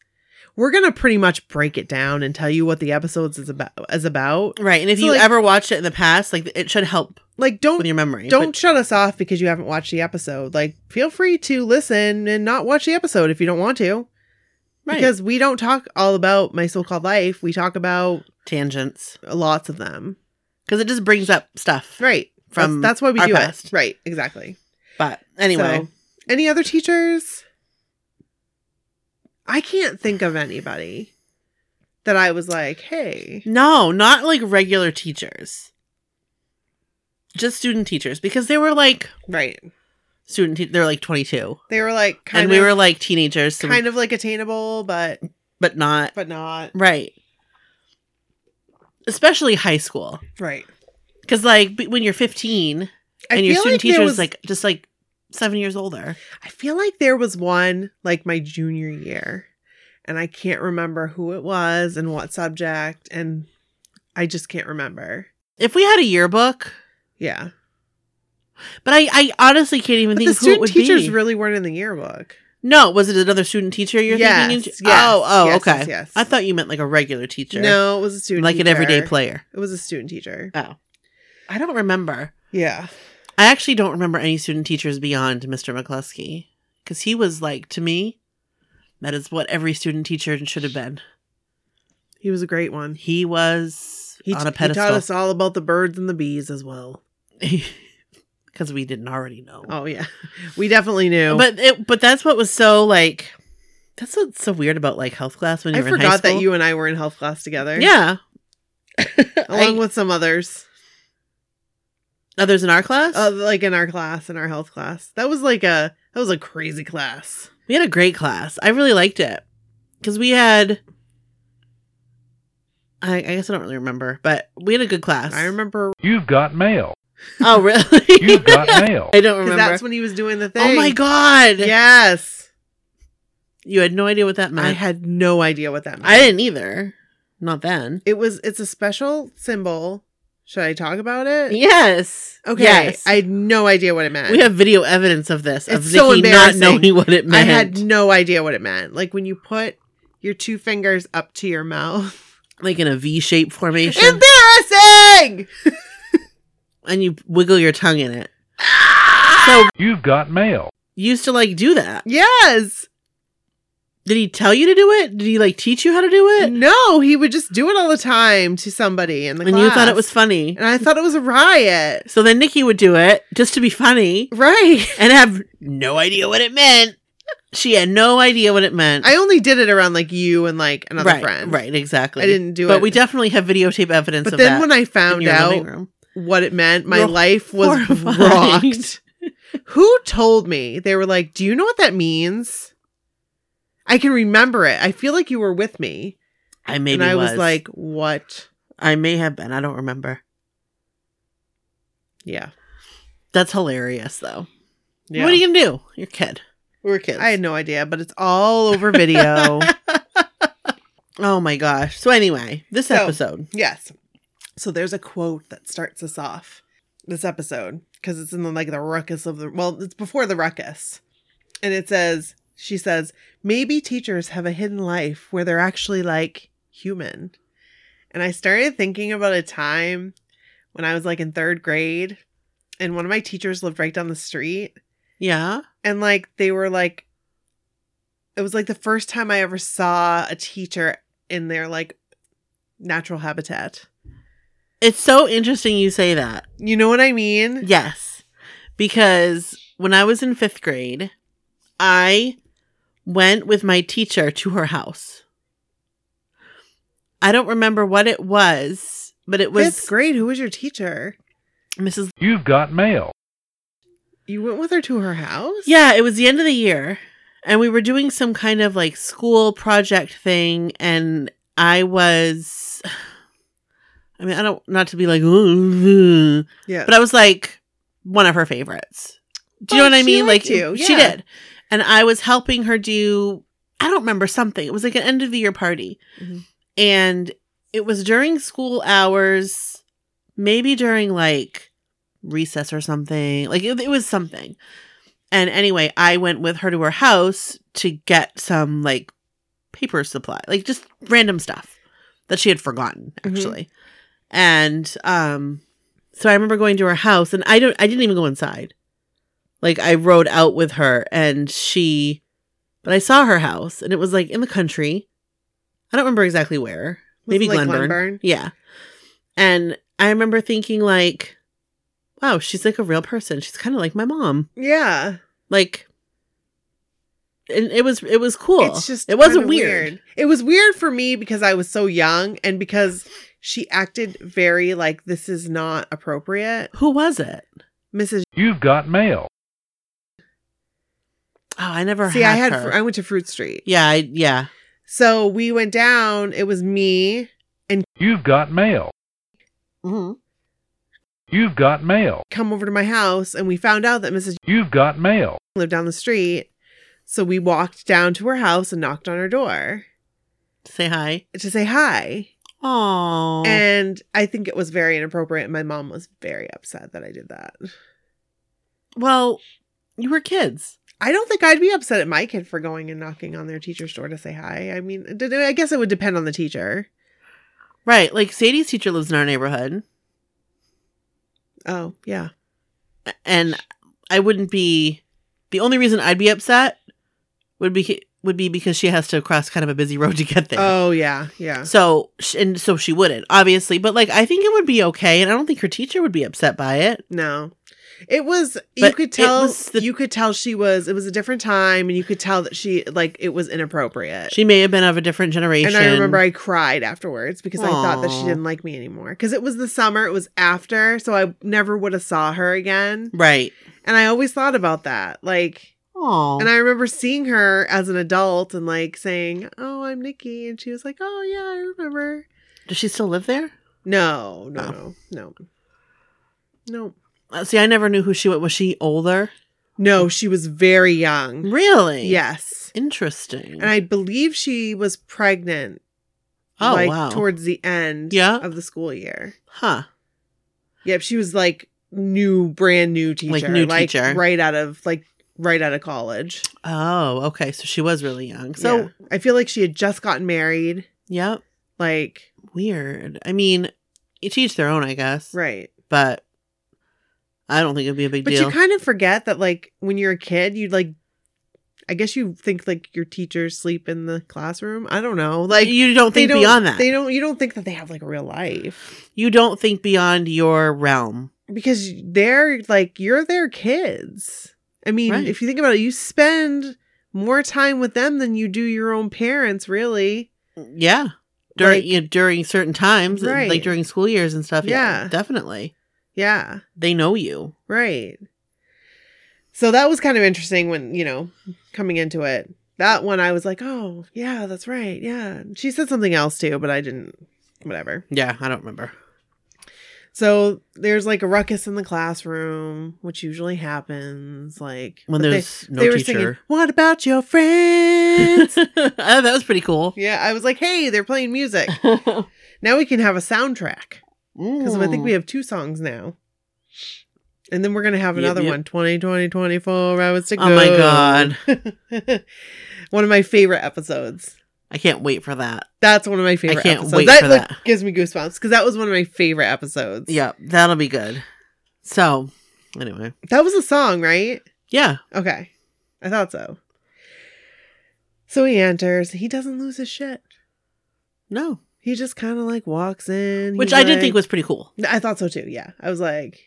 Speaker 3: We're gonna pretty much break it down and tell you what the episodes is about is about.
Speaker 2: Right. And if
Speaker 3: So,
Speaker 2: you
Speaker 3: like-
Speaker 2: ever watched it in the past, like it should help
Speaker 3: Like
Speaker 2: with
Speaker 3: don't
Speaker 2: your memory.
Speaker 3: don't shut us off because you haven't watched the episode. Like feel free to listen and not watch the episode if you don't want to.
Speaker 2: Right.
Speaker 3: Because we don't talk all about my so called life. We talk about
Speaker 2: but tangents.
Speaker 3: lots of them.
Speaker 2: Because it just brings up stuff.
Speaker 3: Right.
Speaker 2: From
Speaker 3: that's, that's why we
Speaker 2: our
Speaker 3: do
Speaker 2: past.
Speaker 3: it. Right, exactly.
Speaker 2: But anyway.
Speaker 3: So, any other teachers? I can't think of anybody that I was like, hey.
Speaker 2: No, not like regular teachers. Just student teachers. Because they were like
Speaker 3: Right.
Speaker 2: student te- they're like twenty two.
Speaker 3: They were like kind
Speaker 2: and
Speaker 3: of
Speaker 2: we were like teenagers, so we-
Speaker 3: kind of like attainable, but
Speaker 2: but not
Speaker 3: but not.
Speaker 2: right. Especially high school,
Speaker 3: Right.
Speaker 2: because like b- when you're 15
Speaker 3: I
Speaker 2: and your
Speaker 3: feel like
Speaker 2: student
Speaker 3: there
Speaker 2: teacher is
Speaker 3: was-
Speaker 2: like just like seven years older.
Speaker 3: I feel like there was one like my junior year, and I can't remember who it was and what subject, and I just can't remember.
Speaker 2: If we had a yearbook,
Speaker 3: Yeah,
Speaker 2: but I, I honestly can't even
Speaker 3: but
Speaker 2: think
Speaker 3: the
Speaker 2: of who it
Speaker 3: student
Speaker 2: would
Speaker 3: teachers
Speaker 2: be.
Speaker 3: really weren't in the yearbook.
Speaker 2: no, was it another student teacher you're
Speaker 3: Yes,
Speaker 2: thinking?
Speaker 3: yes,
Speaker 2: into- oh, oh,
Speaker 3: yes,
Speaker 2: okay.
Speaker 3: yes, yes.
Speaker 2: I thought you meant like a regular teacher.
Speaker 3: No, it was a student,
Speaker 2: like an everyday
Speaker 3: teacher.
Speaker 2: player.
Speaker 3: It was a student teacher.
Speaker 2: I don't remember.
Speaker 3: Yeah.
Speaker 2: I actually don't remember any student teachers beyond Mr. McCluskey because he was like to me, that is what every student teacher should have been.
Speaker 3: He was a great one.
Speaker 2: He was
Speaker 3: He,
Speaker 2: on
Speaker 3: he
Speaker 2: a
Speaker 3: taught
Speaker 2: pedestal [laughs]
Speaker 3: us all about the birds and the bees as well.
Speaker 2: because we didn't already know.
Speaker 3: Oh yeah, [laughs] we definitely knew.
Speaker 2: But it, but that's what was so like. That's what's so weird about like health class when
Speaker 3: I
Speaker 2: you're in high
Speaker 3: forgot
Speaker 2: school.
Speaker 3: that you and I were in health class together.
Speaker 2: yeah,
Speaker 3: along
Speaker 2: I-
Speaker 3: with some others,
Speaker 2: others in our class.
Speaker 3: uh, like in our class, in our health class. That was like a that was a crazy class.
Speaker 2: we had a great class. I really liked it because we had. I, I guess I don't really remember, but we had a good class.
Speaker 3: I remember
Speaker 4: You've got mail.
Speaker 3: [laughs]
Speaker 2: Oh really?
Speaker 4: You've got mail.
Speaker 2: [laughs] I
Speaker 3: because
Speaker 2: don't remember.
Speaker 3: that's when he was doing the thing.
Speaker 2: Oh my god!
Speaker 3: Yes,
Speaker 2: you had no idea what that meant.
Speaker 3: I had no idea what that meant.
Speaker 2: I didn't either. Not then.
Speaker 3: it was it's a special symbol. Should I talk about it?
Speaker 2: Yes.
Speaker 3: Okay.
Speaker 2: Yes.
Speaker 3: I had no idea what it meant.
Speaker 2: we have video evidence of this of
Speaker 3: It's
Speaker 2: Nikki
Speaker 3: so
Speaker 2: not
Speaker 3: embarrassing.
Speaker 2: knowing what it
Speaker 3: I
Speaker 2: meant.
Speaker 3: had no idea what it meant. Like when you put your two fingers up to your mouth.
Speaker 2: [laughs] like in a V shaped formation,
Speaker 3: Embarrassing!
Speaker 2: and you wiggle your tongue in it. So
Speaker 4: You've got mail.
Speaker 2: you used to like do that.
Speaker 3: Yes.
Speaker 2: Did he tell you to do it? Did he like teach you how to do it?
Speaker 3: No, he would just do it all the time to somebody in the
Speaker 2: and
Speaker 3: class.
Speaker 2: you thought it was funny.
Speaker 3: and I thought it was a riot.
Speaker 2: So then Nikki would do it just to be funny
Speaker 3: Right.
Speaker 2: and have no idea what it meant. She had no idea what it meant.
Speaker 3: I only did it around like you and like another
Speaker 2: right,
Speaker 3: friend.
Speaker 2: Right, exactly.
Speaker 3: I didn't do it.
Speaker 2: But we definitely have videotape evidence
Speaker 3: But
Speaker 2: of
Speaker 3: then
Speaker 2: that.
Speaker 3: when I
Speaker 2: in
Speaker 3: found
Speaker 2: your
Speaker 3: out
Speaker 2: living room.
Speaker 3: what it meant, my
Speaker 2: You're
Speaker 3: life was
Speaker 2: horrified.
Speaker 3: rocked. [laughs] Who told me? They were like, "Do you know what that means?" I can remember it. I feel like you were with me,
Speaker 2: I maybe
Speaker 3: and I was.
Speaker 2: was
Speaker 3: like, "What?"
Speaker 2: I may have been. I don't remember.
Speaker 3: Yeah,
Speaker 2: That's hilarious, though.
Speaker 3: yeah.
Speaker 2: What are you gonna do? You're a kid. We were kids.
Speaker 3: I had no idea, but it's all over video.
Speaker 2: [laughs] oh my gosh. So anyway, this
Speaker 3: So-
Speaker 2: episode.
Speaker 3: yes. So there's a quote that starts us off this episode because it's in the, like the ruckus of the well, it's before the ruckus, and it says she says maybe teachers have a hidden life where they're actually like human, and I started thinking about a time when I was like in third grade, and one of my teachers lived right down the street,
Speaker 2: Yeah.
Speaker 3: and like they were like it was like the first time i ever saw a teacher in their like natural habitat
Speaker 2: It's so interesting you say that.
Speaker 3: you know what i mean
Speaker 2: Yes. Because when I was in fifth grade, I went with my teacher to her house. I don't remember what it was, but it
Speaker 3: Fifth
Speaker 2: was
Speaker 3: grade. Who was your teacher?
Speaker 2: Mrs.
Speaker 4: You've got mail.
Speaker 3: You went with her to her house.
Speaker 2: Yeah, it was the end of the year, and we were doing some kind of like school project thing, and I was. [sighs] I mean, I don't not to be like, [laughs]
Speaker 3: yeah.
Speaker 2: but uh, I was like one of her favorites. Do you
Speaker 3: Oh,
Speaker 2: know what I
Speaker 3: she
Speaker 2: mean?
Speaker 3: liked
Speaker 2: Like
Speaker 3: you,
Speaker 2: she
Speaker 3: yeah.
Speaker 2: did, and I was helping her do. I don't remember something. It was like an end of the year party,
Speaker 3: Mhm.
Speaker 2: and it was during school hours, maybe during like recess or something. Like it, it was something. And anyway, I went with her to her house to get some like paper supply, like just random stuff that she had forgotten
Speaker 3: Mhm.
Speaker 2: actually. And um so I remember going to her house and I don't I didn't even go inside. Like I rode out with her and she but I saw her house and it was like in the country. I don't remember exactly where.
Speaker 3: Was it,
Speaker 2: Maybe
Speaker 3: like,
Speaker 2: Glenburn.
Speaker 3: Glenburn?
Speaker 2: Yeah. And I remember thinking like wow, she's like a real person. She's kind of like my mom.
Speaker 3: yeah.
Speaker 2: Like and it was it was cool.
Speaker 3: It's just
Speaker 2: it
Speaker 3: kinda
Speaker 2: wasn't weird.
Speaker 3: It was weird for me because I was so young and because she acted very like this is not appropriate.
Speaker 2: Who was it?
Speaker 3: Mrs.
Speaker 4: You've got mail.
Speaker 2: Oh, I never
Speaker 3: See,
Speaker 2: had
Speaker 3: I had
Speaker 2: her.
Speaker 3: fr- I went to Fruit Street.
Speaker 2: yeah, I, yeah.
Speaker 3: So we went down. It was me.
Speaker 4: You've got mail.
Speaker 2: Mm-hmm.
Speaker 4: You've got mail.
Speaker 3: Come over to my house, and we found out that Mrs.
Speaker 4: You've got mail.
Speaker 3: lived down the street. So we walked down to her house and knocked on her door
Speaker 2: Say hi.
Speaker 3: to say hi.
Speaker 2: Oh,
Speaker 3: And I think it was very inappropriate. My mom was very upset that I did that.
Speaker 2: well, you were kids.
Speaker 3: I don't think I'd be upset at my kid for going and knocking on their teacher's door to say hi. I mean, it did- I guess it would depend on the teacher.
Speaker 2: Right. Like Sadie's teacher lives in our neighborhood.
Speaker 3: Oh, yeah.
Speaker 2: a- And I wouldn't be the only reason I'd be upset would be would be because she has to cross kind of a busy road to get there.
Speaker 3: Oh, yeah. Yeah.
Speaker 2: So sh- and so she wouldn't obviously, but like I think it would be okay, and I don't think her teacher would be upset by it.
Speaker 3: No. It was you
Speaker 2: But
Speaker 3: could
Speaker 2: it
Speaker 3: tell
Speaker 2: was the-
Speaker 3: you could tell she was it was a different time and you could tell that she like it was inappropriate.
Speaker 2: She may have been of a different
Speaker 3: and
Speaker 2: generation.
Speaker 3: I remember I cried afterwards because I thought that she
Speaker 2: Aw.
Speaker 3: didn't like me anymore. Because it was the summer, it was after, so I never would have saw her again.
Speaker 2: right.
Speaker 3: And I always thought about that. Like
Speaker 2: Oh,
Speaker 3: And I remember seeing her as an adult and like saying, "Oh, I'm Nikki," and she was like, "Oh yeah, I remember."
Speaker 2: does she still live there?
Speaker 3: No, no,
Speaker 2: Oh.
Speaker 3: no, no, no,
Speaker 2: Uh, see, I never knew who she was. Was she older?
Speaker 3: no. She was very young.
Speaker 2: Really?
Speaker 3: Yes,
Speaker 2: Interesting.
Speaker 3: and I believe she was pregnant.
Speaker 2: oh
Speaker 3: like
Speaker 2: wow.
Speaker 3: towards the end
Speaker 2: Yeah.
Speaker 3: of the school year.
Speaker 2: huh.
Speaker 3: Yep, she was like new, brand new teacher,
Speaker 2: Like, new teacher.
Speaker 3: right out of like right out of college.
Speaker 2: Oh, okay. So she was really young. So,
Speaker 3: Yeah. I feel like she had just gotten married.
Speaker 2: yep.
Speaker 3: Like
Speaker 2: Weird. I mean, to each their own, I guess.
Speaker 3: right.
Speaker 2: But I don't think it'd be a big
Speaker 3: But
Speaker 2: deal.
Speaker 3: you kind of forget that, like, when you're a kid, you like, I guess you think like your teachers sleep in the classroom. I don't know. Like,
Speaker 2: you don't think
Speaker 3: don't,
Speaker 2: beyond that.
Speaker 3: They don't. You don't think that they have like a real life
Speaker 2: you don't think beyond your realm.
Speaker 3: because they're like you're their kids. I mean,
Speaker 2: Right.
Speaker 3: if you think about it, you spend more time with them than you do your own parents. Really,
Speaker 2: Yeah. During
Speaker 3: Like-
Speaker 2: you know, during certain times,
Speaker 3: Right.
Speaker 2: like during school years and stuff.
Speaker 3: Yeah.
Speaker 2: Definitely.
Speaker 3: yeah,
Speaker 2: They know you.
Speaker 3: right. So that was kind of interesting when you know coming into it. That one, I was like, oh yeah, that's right. Yeah, she said something else too, but I didn't. Whatever.
Speaker 2: Yeah, I don't remember.
Speaker 3: So there's like a ruckus in the classroom, which usually happens. Like
Speaker 2: When
Speaker 3: but
Speaker 2: there's no teacher.
Speaker 3: "What about your friends?"
Speaker 2: [laughs] Oh, that was pretty cool.
Speaker 3: yeah, I was like, "Hey, they're playing
Speaker 2: [laughs]
Speaker 3: music." now we can have a soundtrack because I think we have two songs now. And then we're gonna have
Speaker 2: Yep,
Speaker 3: another
Speaker 2: yep.
Speaker 3: one. 20, 20, 24 hours to go.
Speaker 2: Oh my God.
Speaker 3: [laughs] one of my favorite episodes.
Speaker 2: I can't wait for that.
Speaker 3: That's one of my favorite
Speaker 2: can't
Speaker 3: episodes.
Speaker 2: wait
Speaker 3: that
Speaker 2: for
Speaker 3: like,
Speaker 2: that.
Speaker 3: gives me goosebumps because that was one of my favorite episodes.
Speaker 2: Yeah, that'll be good. So, anyway,
Speaker 3: That was a song, right?
Speaker 2: yeah,
Speaker 3: Okay. I thought so. So he enters. He doesn't lose his shit.
Speaker 2: no,
Speaker 3: He just kind of like walks in.
Speaker 2: which
Speaker 3: He's
Speaker 2: I did think
Speaker 3: like-
Speaker 2: was pretty cool.
Speaker 3: I thought so too. Yeah. I was like,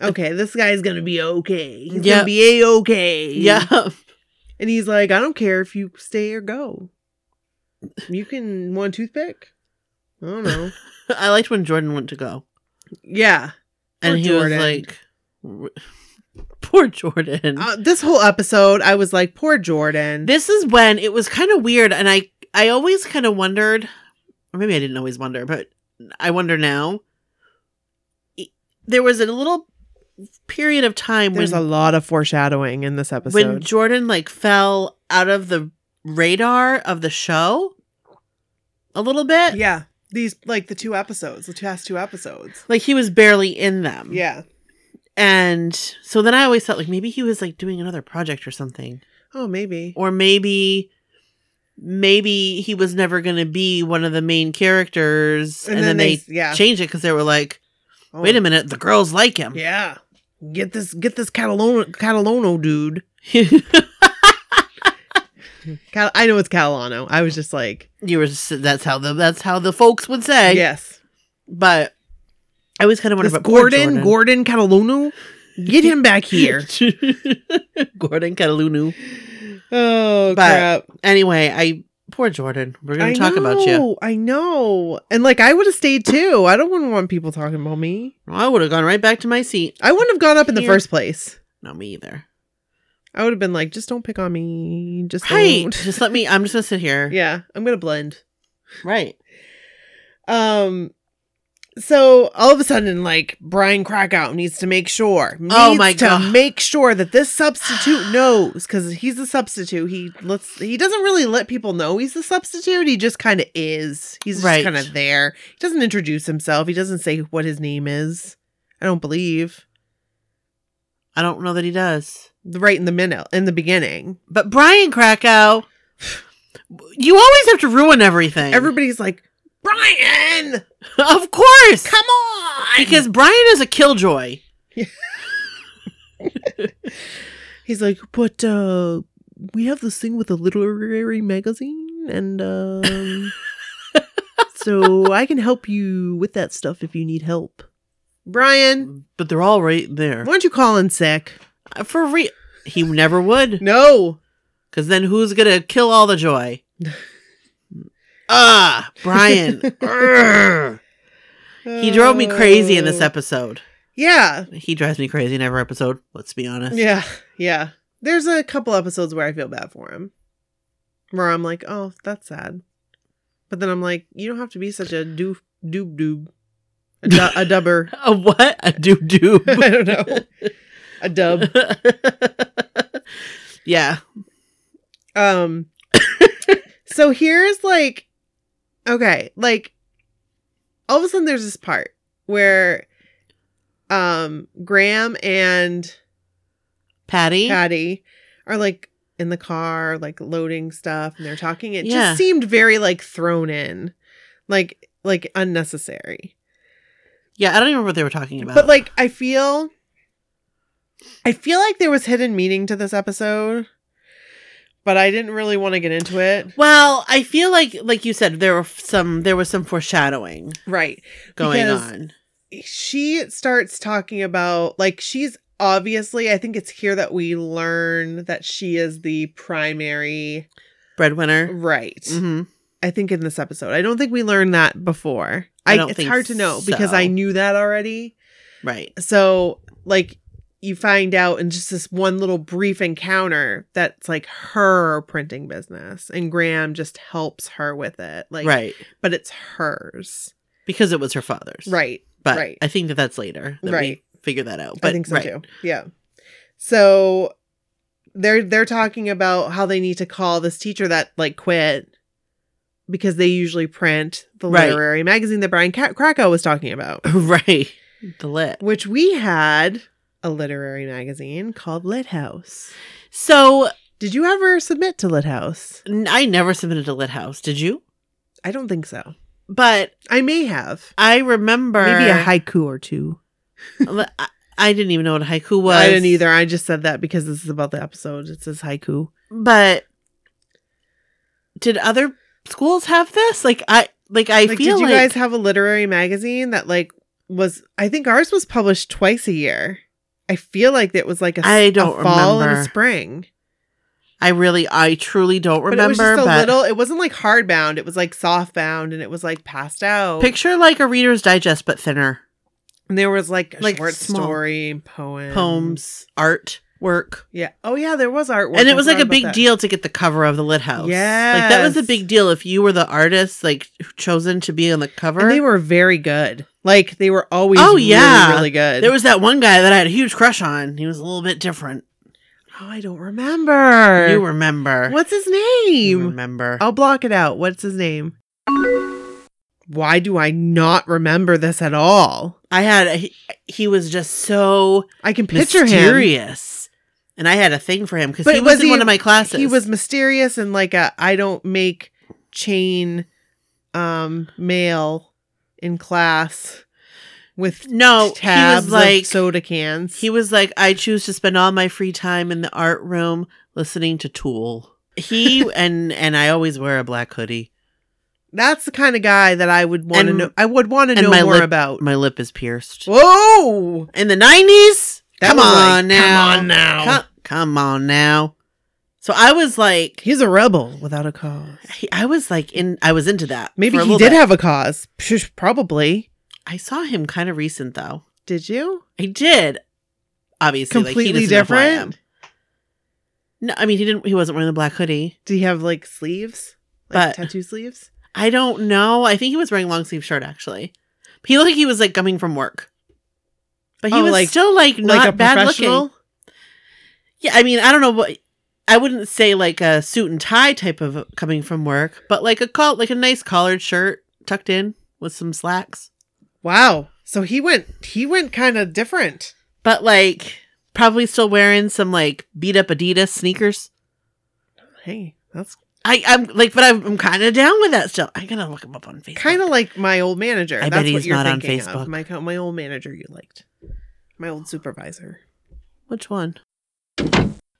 Speaker 3: okay, this guy's going to be okay. He's going
Speaker 2: Yeah.
Speaker 3: to be a okay.
Speaker 2: Yeah, [laughs]
Speaker 3: And he's like, I don't care if you stay or go. You can want a toothpick? I don't know.
Speaker 2: I liked when Jordan went to go,
Speaker 3: Yeah.
Speaker 2: and
Speaker 3: Poor
Speaker 2: he
Speaker 3: Jordan.
Speaker 2: was like, "Poor Jordan."
Speaker 3: Uh, this whole episode, I was like, poor Jordan.
Speaker 2: this is when it was kind of weird, and I I always kind of wondered, or maybe I didn't always wonder, but I wonder now. E- There was a little period of time
Speaker 3: There's
Speaker 2: when
Speaker 3: a lot of foreshadowing in this episode.
Speaker 2: when Jordan like fell out of the radar of the show a little bit.
Speaker 3: yeah. These, like the two episodes, the past two episodes.
Speaker 2: Like he was barely in them.
Speaker 3: Yeah.
Speaker 2: And so then I always thought like maybe he was like doing another project or something.
Speaker 3: Oh, maybe.
Speaker 2: Or maybe maybe he was never going to be one of the main characters and, then, they,
Speaker 3: yeah.
Speaker 2: changed it cuz they were like
Speaker 3: Oh.
Speaker 2: wait a minute the girls like him.
Speaker 3: Yeah. Get this, get this Catalano, Catalano dude. Cal- I know it's Catalano. I was just like,
Speaker 2: [laughs] you were just, that's how the that's how the folks would say.
Speaker 3: yes.
Speaker 2: But I always kind of wondered
Speaker 3: This
Speaker 2: about poor
Speaker 3: Gordon,
Speaker 2: [laughs]
Speaker 3: Gordon Catalano, get him [laughs] back here.
Speaker 2: [laughs] Gordon Catalunu.
Speaker 3: oh,
Speaker 2: But- Anyway, I poor Jordan. We're gonna
Speaker 3: I
Speaker 2: talk about you.
Speaker 3: know, I know. And like, I would have stayed too. I don't wouldn't want people talking about me.
Speaker 2: I would have gone right back to my seat.
Speaker 3: I wouldn't have gone up in the
Speaker 2: Yeah.
Speaker 3: first place.
Speaker 2: Not me either.
Speaker 3: I would have been like, just don't pick on me. Just
Speaker 2: Right.
Speaker 3: don't.
Speaker 2: just let me. I'm just gonna sit here.
Speaker 3: [laughs] yeah, I'm gonna blend.
Speaker 2: Right.
Speaker 3: Um, so all of a sudden, like Brian Krakow needs to make sure, needs
Speaker 2: Oh my
Speaker 3: to
Speaker 2: God.
Speaker 3: make sure that this
Speaker 2: [gasps]
Speaker 3: substitute knows because he's the substitute. He lets he doesn't really let people know he's the substitute. He just kind of is. He's just
Speaker 2: Right.
Speaker 3: kind of there. He doesn't introduce himself. He doesn't say what his name is. I don't believe
Speaker 2: I don't know that he does.
Speaker 3: right in the minute in the beginning.
Speaker 2: But Brian Krakow, you always have to ruin everything.
Speaker 3: Everybody's like, Brian,
Speaker 2: [laughs] of course,
Speaker 3: come on,
Speaker 2: because Brian is a killjoy.
Speaker 3: He's like, but uh, we have this thing with a literary magazine, and
Speaker 2: [laughs]
Speaker 3: um, so I can help you with that stuff if you need help. Brian,
Speaker 2: But they're all right there
Speaker 3: why don't you call in sick?
Speaker 2: for real. He never would,
Speaker 3: No,
Speaker 2: because then who's gonna kill all
Speaker 3: [laughs]
Speaker 2: the joy? Ah, [laughs] Brian. Urgh. He drove me crazy in this episode.
Speaker 3: Yeah,
Speaker 2: He drives me crazy in every episode. Let's be honest.
Speaker 3: yeah, yeah. There's a couple episodes where I feel bad for him, where I'm like, oh, that's sad, but then I'm like, you don't have to be such a doof, doob, doob, a, du- a dubber.
Speaker 2: [laughs] A what? A doo doo.
Speaker 3: [laughs] I don't know, a dub.
Speaker 2: [laughs] yeah.
Speaker 3: Um so here's like okay, like all of a sudden there's this part where um Graham and
Speaker 2: Patty.
Speaker 3: Patty are like in the car, like loading stuff and they're talking. It
Speaker 2: Yeah.
Speaker 3: just seemed very like thrown in. Like like unnecessary.
Speaker 2: Yeah, I don't even remember what they were talking about.
Speaker 3: But like I feel I feel like there was hidden meaning to this episode, but I didn't really want to get into it.
Speaker 2: well, I feel like like you said there were f- some there was some foreshadowing
Speaker 3: Right.
Speaker 2: going
Speaker 3: Because-
Speaker 2: on.
Speaker 3: she starts talking about like she's obviously I think it's here that we learn that she is the primary
Speaker 2: Breadwinner.
Speaker 3: right.
Speaker 2: hmm
Speaker 3: I think in this episode. I don't think we learned that before.
Speaker 2: I
Speaker 3: I,
Speaker 2: don't
Speaker 3: it's
Speaker 2: think
Speaker 3: hard to know because
Speaker 2: so.
Speaker 3: I knew that already.
Speaker 2: Right.
Speaker 3: So like you find out in just this one little brief encounter that's like her printing business and Graham just helps her with it. Like
Speaker 2: right.
Speaker 3: but it's hers.
Speaker 2: Because it was her father's.
Speaker 3: Right.
Speaker 2: But
Speaker 3: right.
Speaker 2: I think that that's later. That
Speaker 3: Right.
Speaker 2: We figure that out. But
Speaker 3: I think so
Speaker 2: right.
Speaker 3: too. Yeah. So they're they're talking about how they need to call this teacher that like quit because they usually print the
Speaker 2: Right.
Speaker 3: literary magazine that Brian Ka- Krakow was talking about,
Speaker 2: [laughs] right. The lit.
Speaker 3: which we had a literary magazine called Lit House.
Speaker 2: So
Speaker 3: Did you ever submit to Lit House?
Speaker 2: n- I never submitted to Lit House. Did you?
Speaker 3: I don't think so.
Speaker 2: But
Speaker 3: I may have.
Speaker 2: I remember
Speaker 3: Maybe a haiku or two.
Speaker 2: Li- I- I didn't even know what haiku was.
Speaker 3: I didn't either. I just said that because this is about the episode. It says haiku.
Speaker 2: But did other schools have this? Like I like I
Speaker 3: like,
Speaker 2: feel
Speaker 3: did you
Speaker 2: like
Speaker 3: guys have a literary magazine that like was I think ours was published twice a year. I feel like it was like a s-
Speaker 2: I
Speaker 3: a
Speaker 2: don't
Speaker 3: fall and
Speaker 2: remember.
Speaker 3: a spring.
Speaker 2: I really, I truly don't
Speaker 3: But
Speaker 2: remember.
Speaker 3: it was just a
Speaker 2: but
Speaker 3: little. It wasn't like hard bound. It was like soft bound, and it was like passed out.
Speaker 2: picture like a Reader's Digest but thinner.
Speaker 3: and there was like a
Speaker 2: like,
Speaker 3: short
Speaker 2: small.
Speaker 3: story, poem,
Speaker 2: Poems, art, work.
Speaker 3: Yeah. Oh yeah, there was artwork,
Speaker 2: and
Speaker 3: I
Speaker 2: it was like
Speaker 3: forgot
Speaker 2: a
Speaker 3: about
Speaker 2: big
Speaker 3: that.
Speaker 2: deal to get the cover of the lit house. like that was a
Speaker 3: Yes.
Speaker 2: big deal if you were the artist, like chosen to be on the cover.
Speaker 3: And they were very good. Like they were always.
Speaker 2: Oh,
Speaker 3: Oh
Speaker 2: yeah.
Speaker 3: yeah, really, really good.
Speaker 2: There was that one guy that I had a huge crush on. He was a little bit different.
Speaker 3: Oh, I don't remember.
Speaker 2: You remember?
Speaker 3: What's his
Speaker 2: You
Speaker 3: name?
Speaker 2: remember?
Speaker 3: I'll block it out. What's his name? Why do I not remember this at all?
Speaker 2: I had. A, he, he was just so
Speaker 3: I can picture him.
Speaker 2: mysterious, and I had a thing for him because
Speaker 3: But
Speaker 2: he
Speaker 3: was
Speaker 2: was in
Speaker 3: he-
Speaker 2: one of my classes.
Speaker 3: He was mysterious and like a I don't make chain um mail in class with
Speaker 2: no. Oh, He
Speaker 3: tabs
Speaker 2: was like
Speaker 3: of soda cans.
Speaker 2: He was like, I choose to spend all my free time in the art room listening to Tool.
Speaker 3: [laughs]
Speaker 2: He and and I always wear a black hoodie.
Speaker 3: That's the kind of guy that I would want to
Speaker 2: And-
Speaker 3: know. I would want to
Speaker 2: and
Speaker 3: know
Speaker 2: my
Speaker 3: more
Speaker 2: lip-
Speaker 3: about.
Speaker 2: My lip is pierced.
Speaker 3: Whoa!
Speaker 2: In the nineties,
Speaker 3: That
Speaker 2: come
Speaker 3: was
Speaker 2: on
Speaker 3: like,
Speaker 2: now,
Speaker 3: Come on now.
Speaker 2: come, come on now. So I was like,
Speaker 3: He's a rebel without a cause.
Speaker 2: he- I was like in, I was into that.
Speaker 3: Maybe
Speaker 2: for a
Speaker 3: he
Speaker 2: little
Speaker 3: did
Speaker 2: bit.
Speaker 3: have a cause. Psh, Probably.
Speaker 2: I saw him kind of recent though.
Speaker 3: Did you?
Speaker 2: I did. Obviously,
Speaker 3: Completely
Speaker 2: like, he doesn't know who I am.
Speaker 3: different.
Speaker 2: No, I mean he didn't. He wasn't wearing the black hoodie.
Speaker 3: Did he have like sleeves? Like
Speaker 2: But-
Speaker 3: tattoo sleeves?
Speaker 2: I don't know. I think he was wearing long sleeve shirt actually. He looked like he was like coming from work, but he
Speaker 3: Oh,
Speaker 2: was
Speaker 3: like-
Speaker 2: still like not
Speaker 3: like a
Speaker 2: bad
Speaker 3: professional?
Speaker 2: looking. Yeah, I mean I don't know what I wouldn't say like a suit and tie type of coming from work, but like a col like a nice collared shirt tucked in with some slacks,
Speaker 3: Wow. So he went he went kind of different.
Speaker 2: but like probably still wearing some like beat up Adidas sneakers.
Speaker 3: Hey, that's
Speaker 2: I I'm like, but I'm, I'm kind of down with that still. I gotta look him up on Facebook.
Speaker 3: kind of like my old manager. that's
Speaker 2: I bet
Speaker 3: what
Speaker 2: he's
Speaker 3: you're
Speaker 2: not on
Speaker 3: thinking of.
Speaker 2: Facebook.
Speaker 3: My co- my old manager you liked. My old supervisor.
Speaker 2: Which one?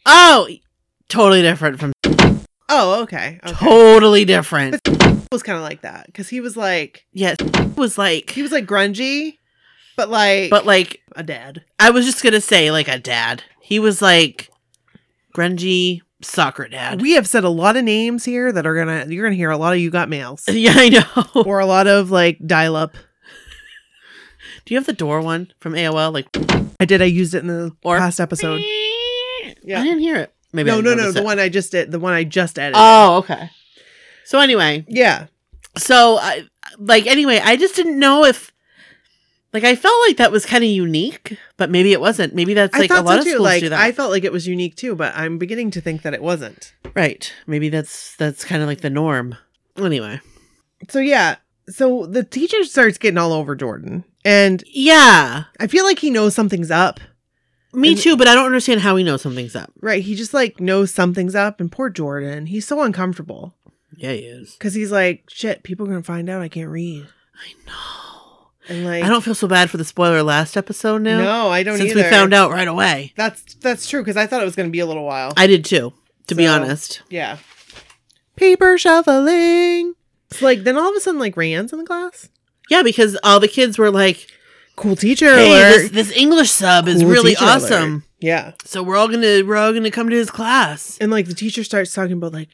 Speaker 2: Oh, totally different from
Speaker 3: Oh, okay. okay.
Speaker 2: totally different.
Speaker 3: was kind of like that because he was like
Speaker 2: Yes, was like,
Speaker 3: he was like grungy, but like
Speaker 2: but like
Speaker 3: a dad.
Speaker 2: I was just gonna say like a dad. He was like grungy soccer dad.
Speaker 3: We have said a lot of names here that are gonna you're gonna hear a lot of you got mails
Speaker 2: [laughs] yeah, I know.
Speaker 3: [laughs] or a lot of like dial up.
Speaker 2: Do you have the door one from AOL? Like,
Speaker 3: I did. I used it in the
Speaker 2: Or-
Speaker 3: last episode.
Speaker 2: I
Speaker 3: Yeah.
Speaker 2: didn't hear it. Maybe I
Speaker 3: No, no, no.
Speaker 2: noticed
Speaker 3: The
Speaker 2: it.
Speaker 3: one I just did. The one I just edited.
Speaker 2: Oh, okay. So anyway,
Speaker 3: yeah.
Speaker 2: so I like anyway i just didn't know if like i felt like that was kind of unique but maybe it wasn't maybe that's like a lot of
Speaker 3: too.
Speaker 2: schools
Speaker 3: Like
Speaker 2: do that
Speaker 3: I felt like it was unique too, but I'm beginning to think that it wasn't.
Speaker 2: right maybe that's that's kind of like the norm anyway
Speaker 3: So yeah. So the teacher starts getting all over Jordan, and
Speaker 2: yeah
Speaker 3: I feel like he knows something's up.
Speaker 2: me
Speaker 3: And-
Speaker 2: too but i don't understand how we know something's up
Speaker 3: Right. He just like knows something's up. And poor Jordan, he's so uncomfortable
Speaker 2: yeah he is
Speaker 3: because he's like, shit, people are going to find out I can't read.
Speaker 2: i know
Speaker 3: And like,
Speaker 2: i don't feel so bad for the spoiler last episode now
Speaker 3: no, I don't
Speaker 2: since
Speaker 3: either.
Speaker 2: we found out right away
Speaker 3: That's, that's true because I thought it was going to be a little while.
Speaker 2: i did too to be
Speaker 3: So-
Speaker 2: honest
Speaker 3: yeah. Paper shuffling. It's like, then all of a sudden, like, Rayanne's in the class.
Speaker 2: yeah because all the kids were like
Speaker 3: Cool teacher
Speaker 2: hey
Speaker 3: alert.
Speaker 2: this, this english sub is
Speaker 3: Cool
Speaker 2: really
Speaker 3: teacher alert.
Speaker 2: awesome
Speaker 3: Yeah.
Speaker 2: So we're all gonna we're all gonna come to his class.
Speaker 3: And like, the teacher starts talking about, like,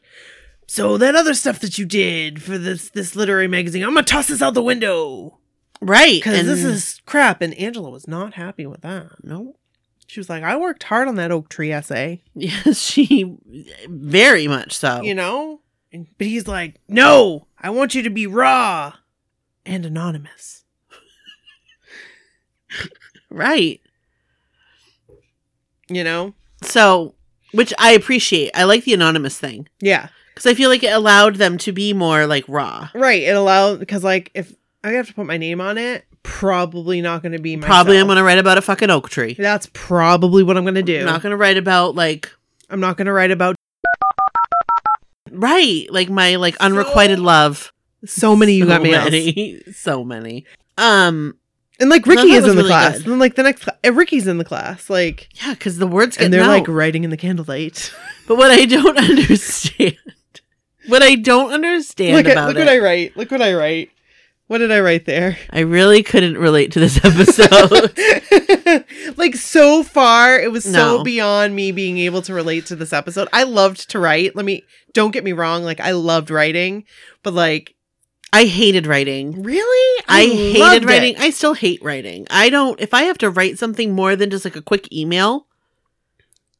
Speaker 3: so that other stuff that you did for this this literary magazine, I'm gonna toss this out the window
Speaker 2: Right.
Speaker 3: because
Speaker 2: and-
Speaker 3: this is crap. And Angela was not happy with that.
Speaker 2: no [laughs]
Speaker 3: She was like, I worked hard on that oak tree essay,
Speaker 2: Yes, she very much so.
Speaker 3: you know? And, but he's like, No, I want you to be raw and anonymous.
Speaker 2: Right.
Speaker 3: You know?
Speaker 2: So which I appreciate. I like the anonymous thing.
Speaker 3: Yeah.
Speaker 2: Because I feel like it allowed them to be more like raw.
Speaker 3: Right. It allowed, because like, if I have to put my name on it, probably not going to be my.
Speaker 2: Probably I'm gonna write about a fucking oak tree.
Speaker 3: That's probably what I'm going to do.
Speaker 2: I'm not gonna write about like
Speaker 3: I'm not going to write about
Speaker 2: right, like my like unrequited
Speaker 3: So
Speaker 2: love.
Speaker 3: so many you
Speaker 2: so
Speaker 3: got mails.
Speaker 2: many. [laughs] So many. Um
Speaker 3: And like,
Speaker 2: No, that
Speaker 3: Ricky is
Speaker 2: was
Speaker 3: in the
Speaker 2: really
Speaker 3: class.
Speaker 2: good.
Speaker 3: And like, the next, cla- and Ricky's in the class. Like,
Speaker 2: yeah, because the words get
Speaker 3: and they're
Speaker 2: out.
Speaker 3: like writing in the
Speaker 2: [laughs]
Speaker 3: candlelight.
Speaker 2: But what I don't [laughs] understand, what I don't understand
Speaker 3: look at,
Speaker 2: about
Speaker 3: look
Speaker 2: it,
Speaker 3: what I write. Look what I write. What did I write
Speaker 2: [laughs]
Speaker 3: there?
Speaker 2: I really couldn't relate to this [laughs] episode.
Speaker 3: [laughs] like so far, it was so
Speaker 2: No.
Speaker 3: beyond me being able to relate to this episode. I loved to write. Let me don't get me wrong. Like I loved writing, but like
Speaker 2: I hated writing.
Speaker 3: really,
Speaker 2: I,
Speaker 3: loved
Speaker 2: hated
Speaker 3: it.
Speaker 2: writing. I still hate writing. I don't, if I have to write something more than just like a quick email,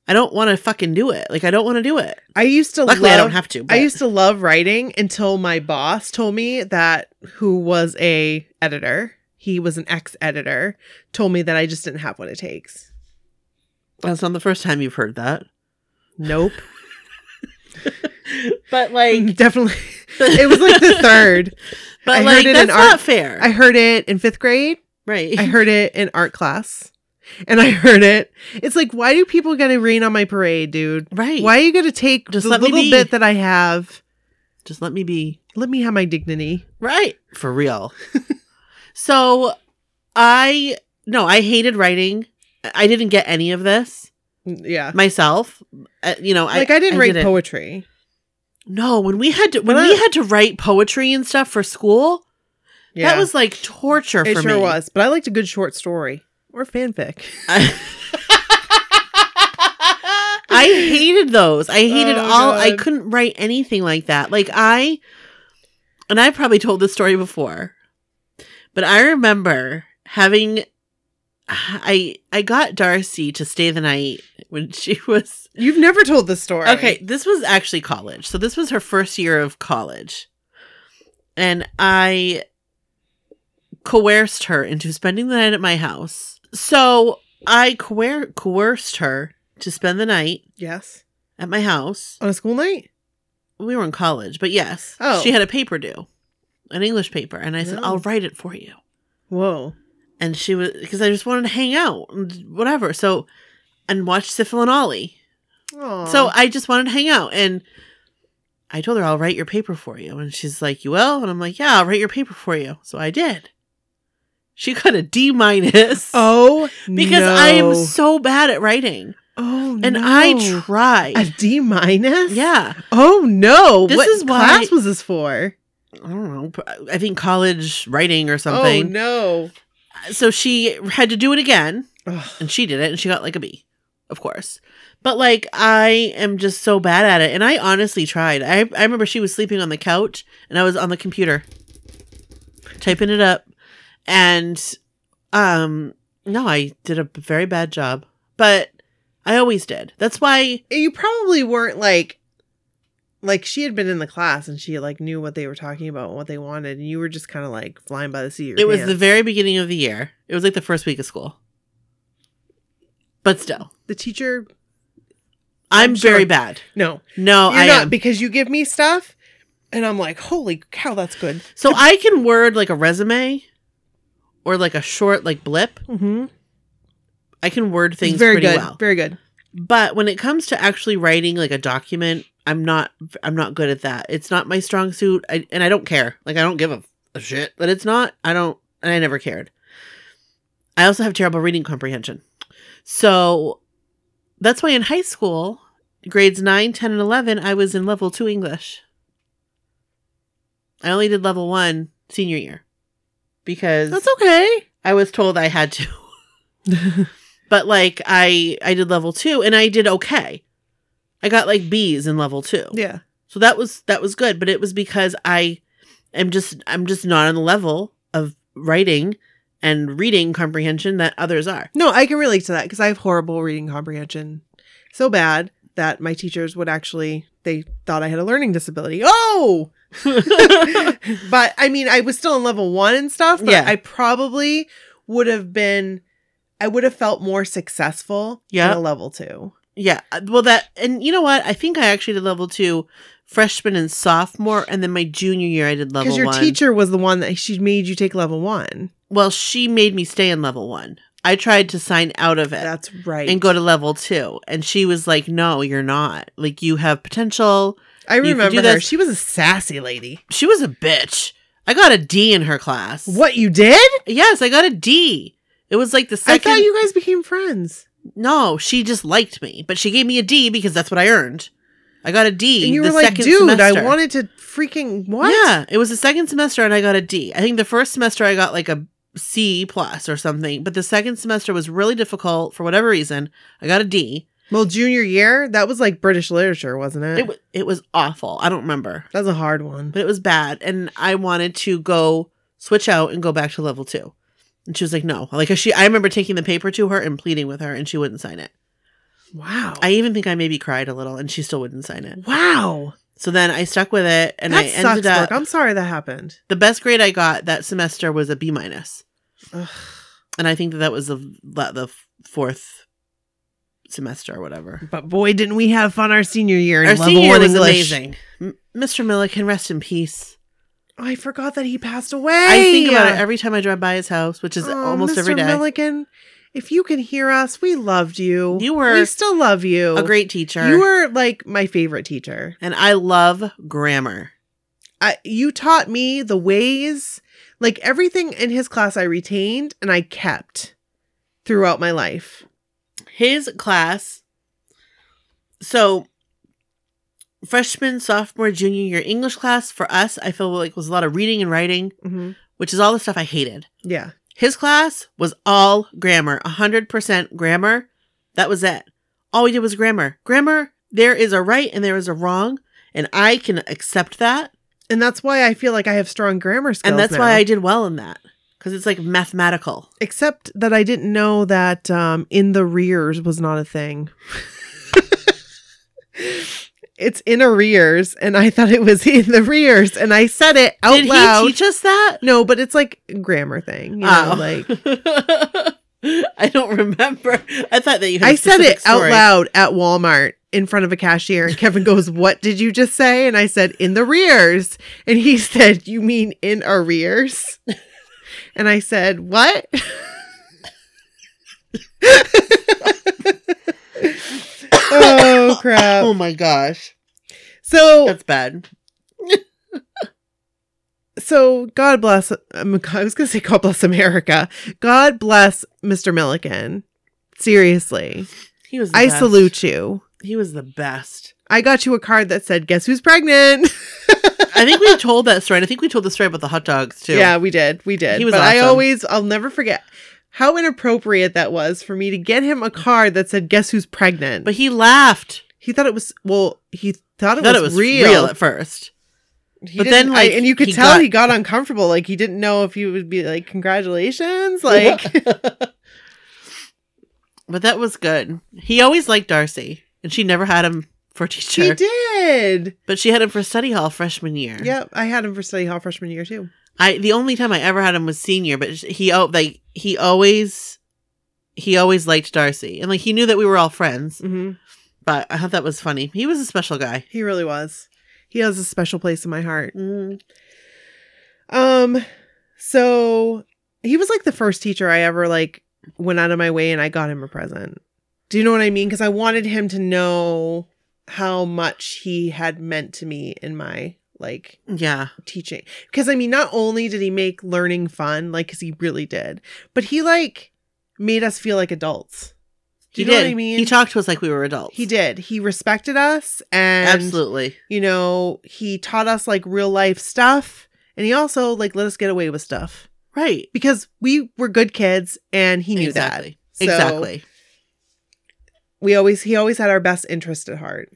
Speaker 2: I don't want to fucking do it. Like, I don't want to do it.
Speaker 3: I used to.
Speaker 2: Luckily,
Speaker 3: love,
Speaker 2: I don't have to. But
Speaker 3: I used to love writing until my boss told me that who was a editor, he was an ex editor, told me that I just didn't have what it takes.
Speaker 2: That's not the first time you've heard that.
Speaker 3: Nope,
Speaker 2: But [laughs] like,
Speaker 3: definitely. [laughs] It was like the third.
Speaker 2: [laughs] But
Speaker 3: I heard
Speaker 2: like,
Speaker 3: it in
Speaker 2: that's
Speaker 3: art-
Speaker 2: not fair,
Speaker 3: I heard it in fifth grade.
Speaker 2: right?
Speaker 3: I heard it in art class. And I heard it. It's like, why do people gotta rain on my parade, dude?
Speaker 2: [laughs] right.
Speaker 3: Why are you gonna take
Speaker 2: Just
Speaker 3: the
Speaker 2: let me
Speaker 3: little
Speaker 2: be.
Speaker 3: bit that I have?
Speaker 2: Just let me be
Speaker 3: Let me have my dignity.
Speaker 2: Right.
Speaker 3: [laughs]
Speaker 2: For real. so I no, I hated writing. I didn't get any of this
Speaker 3: Mm, Yeah.
Speaker 2: myself. Uh, you know,
Speaker 3: like I didn't write
Speaker 2: poetry.
Speaker 3: poetry.
Speaker 2: No, when we had to when
Speaker 3: When I-
Speaker 2: we had to write poetry and stuff for school,
Speaker 3: Yeah.
Speaker 2: that was like torture
Speaker 3: it
Speaker 2: for
Speaker 3: sure
Speaker 2: me.
Speaker 3: was. But I liked a good short story. Or fanfic. [laughs]
Speaker 2: I, [laughs] I hated those. I hated
Speaker 3: Oh,
Speaker 2: all. I
Speaker 3: God.
Speaker 2: couldn't write anything like that. Like I, and I probably told this story before, but I remember having, I I got Darcy to stay the night when she [laughs] was
Speaker 3: You've never told this story.
Speaker 2: Okay, this was actually college. So this was her first year of college. And I coerced her into spending the night at my house. So I coer- coerced her to spend the night
Speaker 3: Yes.
Speaker 2: at my house.
Speaker 3: On a school night?
Speaker 2: We were in college, but yes.
Speaker 3: Oh.
Speaker 2: She had a paper due, an English paper. And I said,
Speaker 3: Oh.
Speaker 2: I'll write it for you.
Speaker 3: Whoa.
Speaker 2: And she was, because I just wanted to hang out and whatever. So, and watch Syphil and Ollie.
Speaker 3: Aw.
Speaker 2: So I just wanted to hang out and I told her I'll write your paper for you. And she's like, You will? And I'm like, Yeah, I'll write your paper for you. So I did. She [laughs] got a D minus.
Speaker 3: Oh
Speaker 2: Because
Speaker 3: no.
Speaker 2: I am so bad at writing.
Speaker 3: Oh
Speaker 2: And
Speaker 3: no.
Speaker 2: I tried.
Speaker 3: a D minus?
Speaker 2: yeah.
Speaker 3: Oh no!
Speaker 2: This
Speaker 3: what
Speaker 2: is why-
Speaker 3: class was this for?
Speaker 2: I don't know. pr- I think college writing or something.
Speaker 3: Oh
Speaker 2: So she had to do it again.
Speaker 3: no!
Speaker 2: and she did it and she got like a B, of course. But like I am just so bad at it and I honestly tried. I I remember she was sleeping on the couch and I was on the computer typing it up and um no, I did a very bad job. But I always did. That's why
Speaker 3: you probably weren't like, like she had been in the class and she like knew what they were talking about and what they wanted, and you were just kind of like flying by the seat. Of
Speaker 2: it
Speaker 3: your
Speaker 2: was the
Speaker 3: pants.
Speaker 2: very beginning of the year. It was like the first week of school. But still,
Speaker 3: the teacher.
Speaker 2: I'm,
Speaker 3: I'm sure.
Speaker 2: very bad.
Speaker 3: No,
Speaker 2: No,
Speaker 3: you're
Speaker 2: Oh, I
Speaker 3: not
Speaker 2: am.
Speaker 3: because you give me stuff, and I'm like, holy cow, that's good.
Speaker 2: so I can word like a resume or like a short like blip
Speaker 3: Mm-hmm.
Speaker 2: I can word things
Speaker 3: very
Speaker 2: pretty
Speaker 3: good,
Speaker 2: well.
Speaker 3: very good.
Speaker 2: But when it comes to actually writing like a document, I'm not I'm not good at that. It's not my strong suit. I, and I don't care. Like I don't give a, a shit that it's not. I don't and I never cared. I also have terrible reading comprehension. So that's why in high school, grades 9, 10 and 11, I was in level 2 English. I only did level 1 senior year because
Speaker 3: That's okay.
Speaker 2: I was told I had to. but like I I did level 2 and I did okay. I got like B's in level 2.
Speaker 3: yeah,
Speaker 2: So that was that was good, but it was because I am just I'm just not on the level of writing and reading comprehension that
Speaker 3: [laughs]
Speaker 2: others are.
Speaker 3: no, I can relate to that because I have horrible reading comprehension, so bad that my teachers would actually they thought I had a learning disability. Oh. [laughs] but I mean, I was still in level one and stuff. But
Speaker 2: Yeah.
Speaker 3: I probably would have been, I would have felt more successful
Speaker 2: Yeah.
Speaker 3: in a level two.
Speaker 2: yeah. Well that and you know what? I think I actually did level 2 freshman and sophomore and then my junior year I did level
Speaker 3: Because your
Speaker 2: 1.
Speaker 3: teacher was the one that she made you take level one.
Speaker 2: well, she made me stay in level 1. I tried to sign out of it.
Speaker 3: That's right.
Speaker 2: and go to level two. And she was like, No, you're not. Like, you have potential.
Speaker 3: I
Speaker 2: you can
Speaker 3: remember
Speaker 2: do
Speaker 3: her.
Speaker 2: this.
Speaker 3: She was a sassy lady.
Speaker 2: She was a bitch. I got a D in her class.
Speaker 3: What you did?
Speaker 2: Yes, I got a D. It was like the
Speaker 3: I
Speaker 2: second.
Speaker 3: thought you guys became friends.
Speaker 2: No, she just liked me, but she gave me a D because that's what I earned. I got a D.
Speaker 3: And you
Speaker 2: the
Speaker 3: were like,
Speaker 2: second
Speaker 3: dude, I
Speaker 2: semester."
Speaker 3: wanted to freaking what?
Speaker 2: Yeah, it was the second semester and I got a D. I think the first semester I got like a C plus or something, but the second semester was really difficult for whatever reason. I got a D.
Speaker 3: Well, junior year, that was like British literature, wasn't it?
Speaker 2: It wa- it was awful. I don't remember,
Speaker 3: That's a hard one.
Speaker 2: but it was bad, and I wanted to go switch out and go back to level two. And she was like, "No." Like she, I remember taking the paper to her and pleading with her, and she wouldn't sign it.
Speaker 3: Wow.
Speaker 2: I even think I maybe cried a little, and she still wouldn't sign it.
Speaker 3: wow.
Speaker 2: So then I stuck with it, and
Speaker 3: that
Speaker 2: I
Speaker 3: sucks,
Speaker 2: ended up
Speaker 3: Brooke. I'm sorry that happened.
Speaker 2: the best grade I got that semester was a B minus.
Speaker 3: Ugh.
Speaker 2: and I think that that was the the the fourth semester or whatever.
Speaker 3: But boy, didn't we have fun our senior year in
Speaker 2: Our
Speaker 3: level
Speaker 2: senior year
Speaker 3: one
Speaker 2: was
Speaker 3: English.
Speaker 2: amazing. M- Mr. Miller can rest in peace.
Speaker 3: Oh, I forgot that he passed away.
Speaker 2: I think about it every time I drive by his house, which is
Speaker 3: Oh,
Speaker 2: almost
Speaker 3: Mr.
Speaker 2: every day.
Speaker 3: Milligan, if you can hear us, we loved you.
Speaker 2: You were
Speaker 3: we still love you.
Speaker 2: A great teacher.
Speaker 3: You were like my favorite teacher.
Speaker 2: and I love grammar.
Speaker 3: I, you taught me the ways, like everything in his class I retained and I kept throughout my life.
Speaker 2: His class. So freshman, sophomore, junior year English class for us, I feel like was a lot of reading and writing,
Speaker 3: Mhm.
Speaker 2: which is all the stuff I hated.
Speaker 3: Yeah.
Speaker 2: His class was all grammar, 100% grammar. That was it. All we did was grammar. Grammar, there is a right and there is a wrong, and I can accept that.
Speaker 3: And that's why I feel like I have strong grammar skills.
Speaker 2: and that's why I
Speaker 3: now.
Speaker 2: did well in that because it's like mathematical.
Speaker 3: Except that I didn't know that um, in the rears was not a thing. [laughs] it's in arrears, and I thought it was [laughs] in the rears, and I said it out
Speaker 2: did
Speaker 3: loud.
Speaker 2: he teach us that?
Speaker 3: no, but it's like a grammar thing, you know,
Speaker 2: Oh.
Speaker 3: like
Speaker 2: [laughs] I don't remember. I thought that you had a
Speaker 3: I said
Speaker 2: specific
Speaker 3: it out
Speaker 2: story.
Speaker 3: loud at Walmart in front of a cashier, and Kevin goes, "What did you just say?" And I said, "In the rears," and he [laughs] said, "You mean in arrears?" and I said, "What?" oh
Speaker 2: Oh
Speaker 3: crap!
Speaker 2: my gosh.
Speaker 3: So,
Speaker 2: That's bad.
Speaker 3: so God bless. Um, I was gonna say God bless America. God bless Mr. Milliken. Seriously,
Speaker 2: He was the
Speaker 3: I
Speaker 2: best.
Speaker 3: salute you.
Speaker 2: He was the best.
Speaker 3: I got you a card that said, "Guess who's pregnant."
Speaker 2: I think we told that story. And I think we told the story about the hot dogs too.
Speaker 3: Yeah, we did. We did.
Speaker 2: He was
Speaker 3: but I
Speaker 2: awesome.
Speaker 3: always, I'll never forget how inappropriate that was for me to get him a card that said, Guess who's pregnant?
Speaker 2: But he laughed.
Speaker 3: he thought it was, well, he thought it,
Speaker 2: thought
Speaker 3: was,
Speaker 2: it was
Speaker 3: real.
Speaker 2: real at first.
Speaker 3: He
Speaker 2: but
Speaker 3: didn't-
Speaker 2: then,
Speaker 3: I-
Speaker 2: like,
Speaker 3: and you could
Speaker 2: he
Speaker 3: tell
Speaker 2: got-
Speaker 3: he got uncomfortable. Like, he didn't know if he would be like, Congratulations.
Speaker 2: [laughs]
Speaker 3: Like,
Speaker 2: But that was good. He always liked Darcy, and she never had him for teacher.
Speaker 3: he did.
Speaker 2: But she had him for study hall freshman year.
Speaker 3: Yep. I had him for study hall freshman year, too.
Speaker 2: I the only time I ever had him was senior, but sh- he oh like he always he always liked Darcy, and like he knew that we were all friends.
Speaker 3: Mm-hmm.
Speaker 2: But I thought that was funny. He was a special guy.
Speaker 3: He really was. He has a special place in my heart.
Speaker 2: Mm.
Speaker 3: Um, so he was like the first teacher I ever like went out of my way and I got him a present. Do you know what I mean? Because I wanted him to know how much he had meant to me in my like
Speaker 2: Yeah,
Speaker 3: teaching. Because I mean, not only did he make learning fun, like because he really did, but he like made us feel like adults. Do you
Speaker 2: he
Speaker 3: know
Speaker 2: did.
Speaker 3: what I mean?
Speaker 2: He talked to us like we were adults.
Speaker 3: He did. He respected us and
Speaker 2: absolutely.
Speaker 3: you know, he taught us like real life stuff. And he also like let us get away with stuff
Speaker 2: Right.
Speaker 3: because we were good kids and he knew
Speaker 2: exactly.
Speaker 3: that. So
Speaker 2: exactly.
Speaker 3: We always he always had our best interest at heart.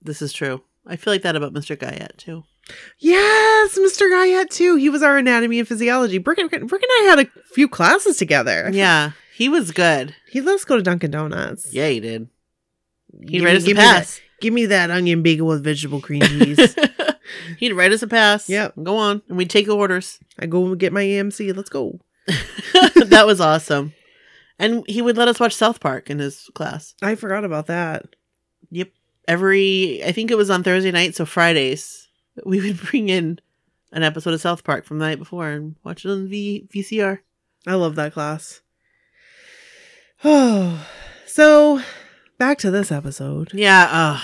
Speaker 2: This is true. I feel like that about Mr. Guyette too.
Speaker 3: Yes, Mr. Guyette too. He was our anatomy and physiology. Brick and, Brick and I had a few classes together.
Speaker 2: Yeah, he was good.
Speaker 3: He let us go to Dunkin' Donuts.
Speaker 2: Yeah, he did. He'd
Speaker 3: Give
Speaker 2: write
Speaker 3: me-
Speaker 2: us a
Speaker 3: give me that-
Speaker 2: pass.
Speaker 3: give me that onion bagel with vegetable
Speaker 2: [laughs]
Speaker 3: cream cheese.
Speaker 2: He'd write us a pass.
Speaker 3: Yep.
Speaker 2: Go on. And we'd take orders.
Speaker 3: I go and get my AMC. Let's go.
Speaker 2: [laughs] that was awesome. And he would let us watch South Park in his class.
Speaker 3: I forgot about that.
Speaker 2: Every, I think it was on Thursday night, so Fridays, we would [laughs] bring in an episode of South Park from the night before and watch it on v- VCR.
Speaker 3: I love that class. [sighs] Oh, so back to this episode.
Speaker 2: Yeah. Uh,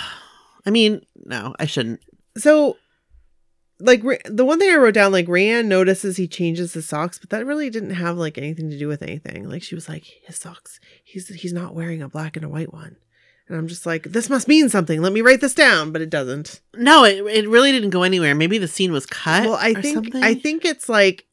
Speaker 2: I mean, no, I shouldn't.
Speaker 3: So, like Ra- the one thing I wrote down, like Rayanne notices he changes his socks, but that really didn't have like anything to do with anything. Like she was like, his socks. He's he's not wearing a black and a white one. And I'm just like, this must mean something. Let me write this down, but it doesn't.
Speaker 2: No, it, it really didn't go anywhere. Maybe the scene was cut.
Speaker 3: well, I
Speaker 2: Uh, or
Speaker 3: think
Speaker 2: something.
Speaker 3: I think it's like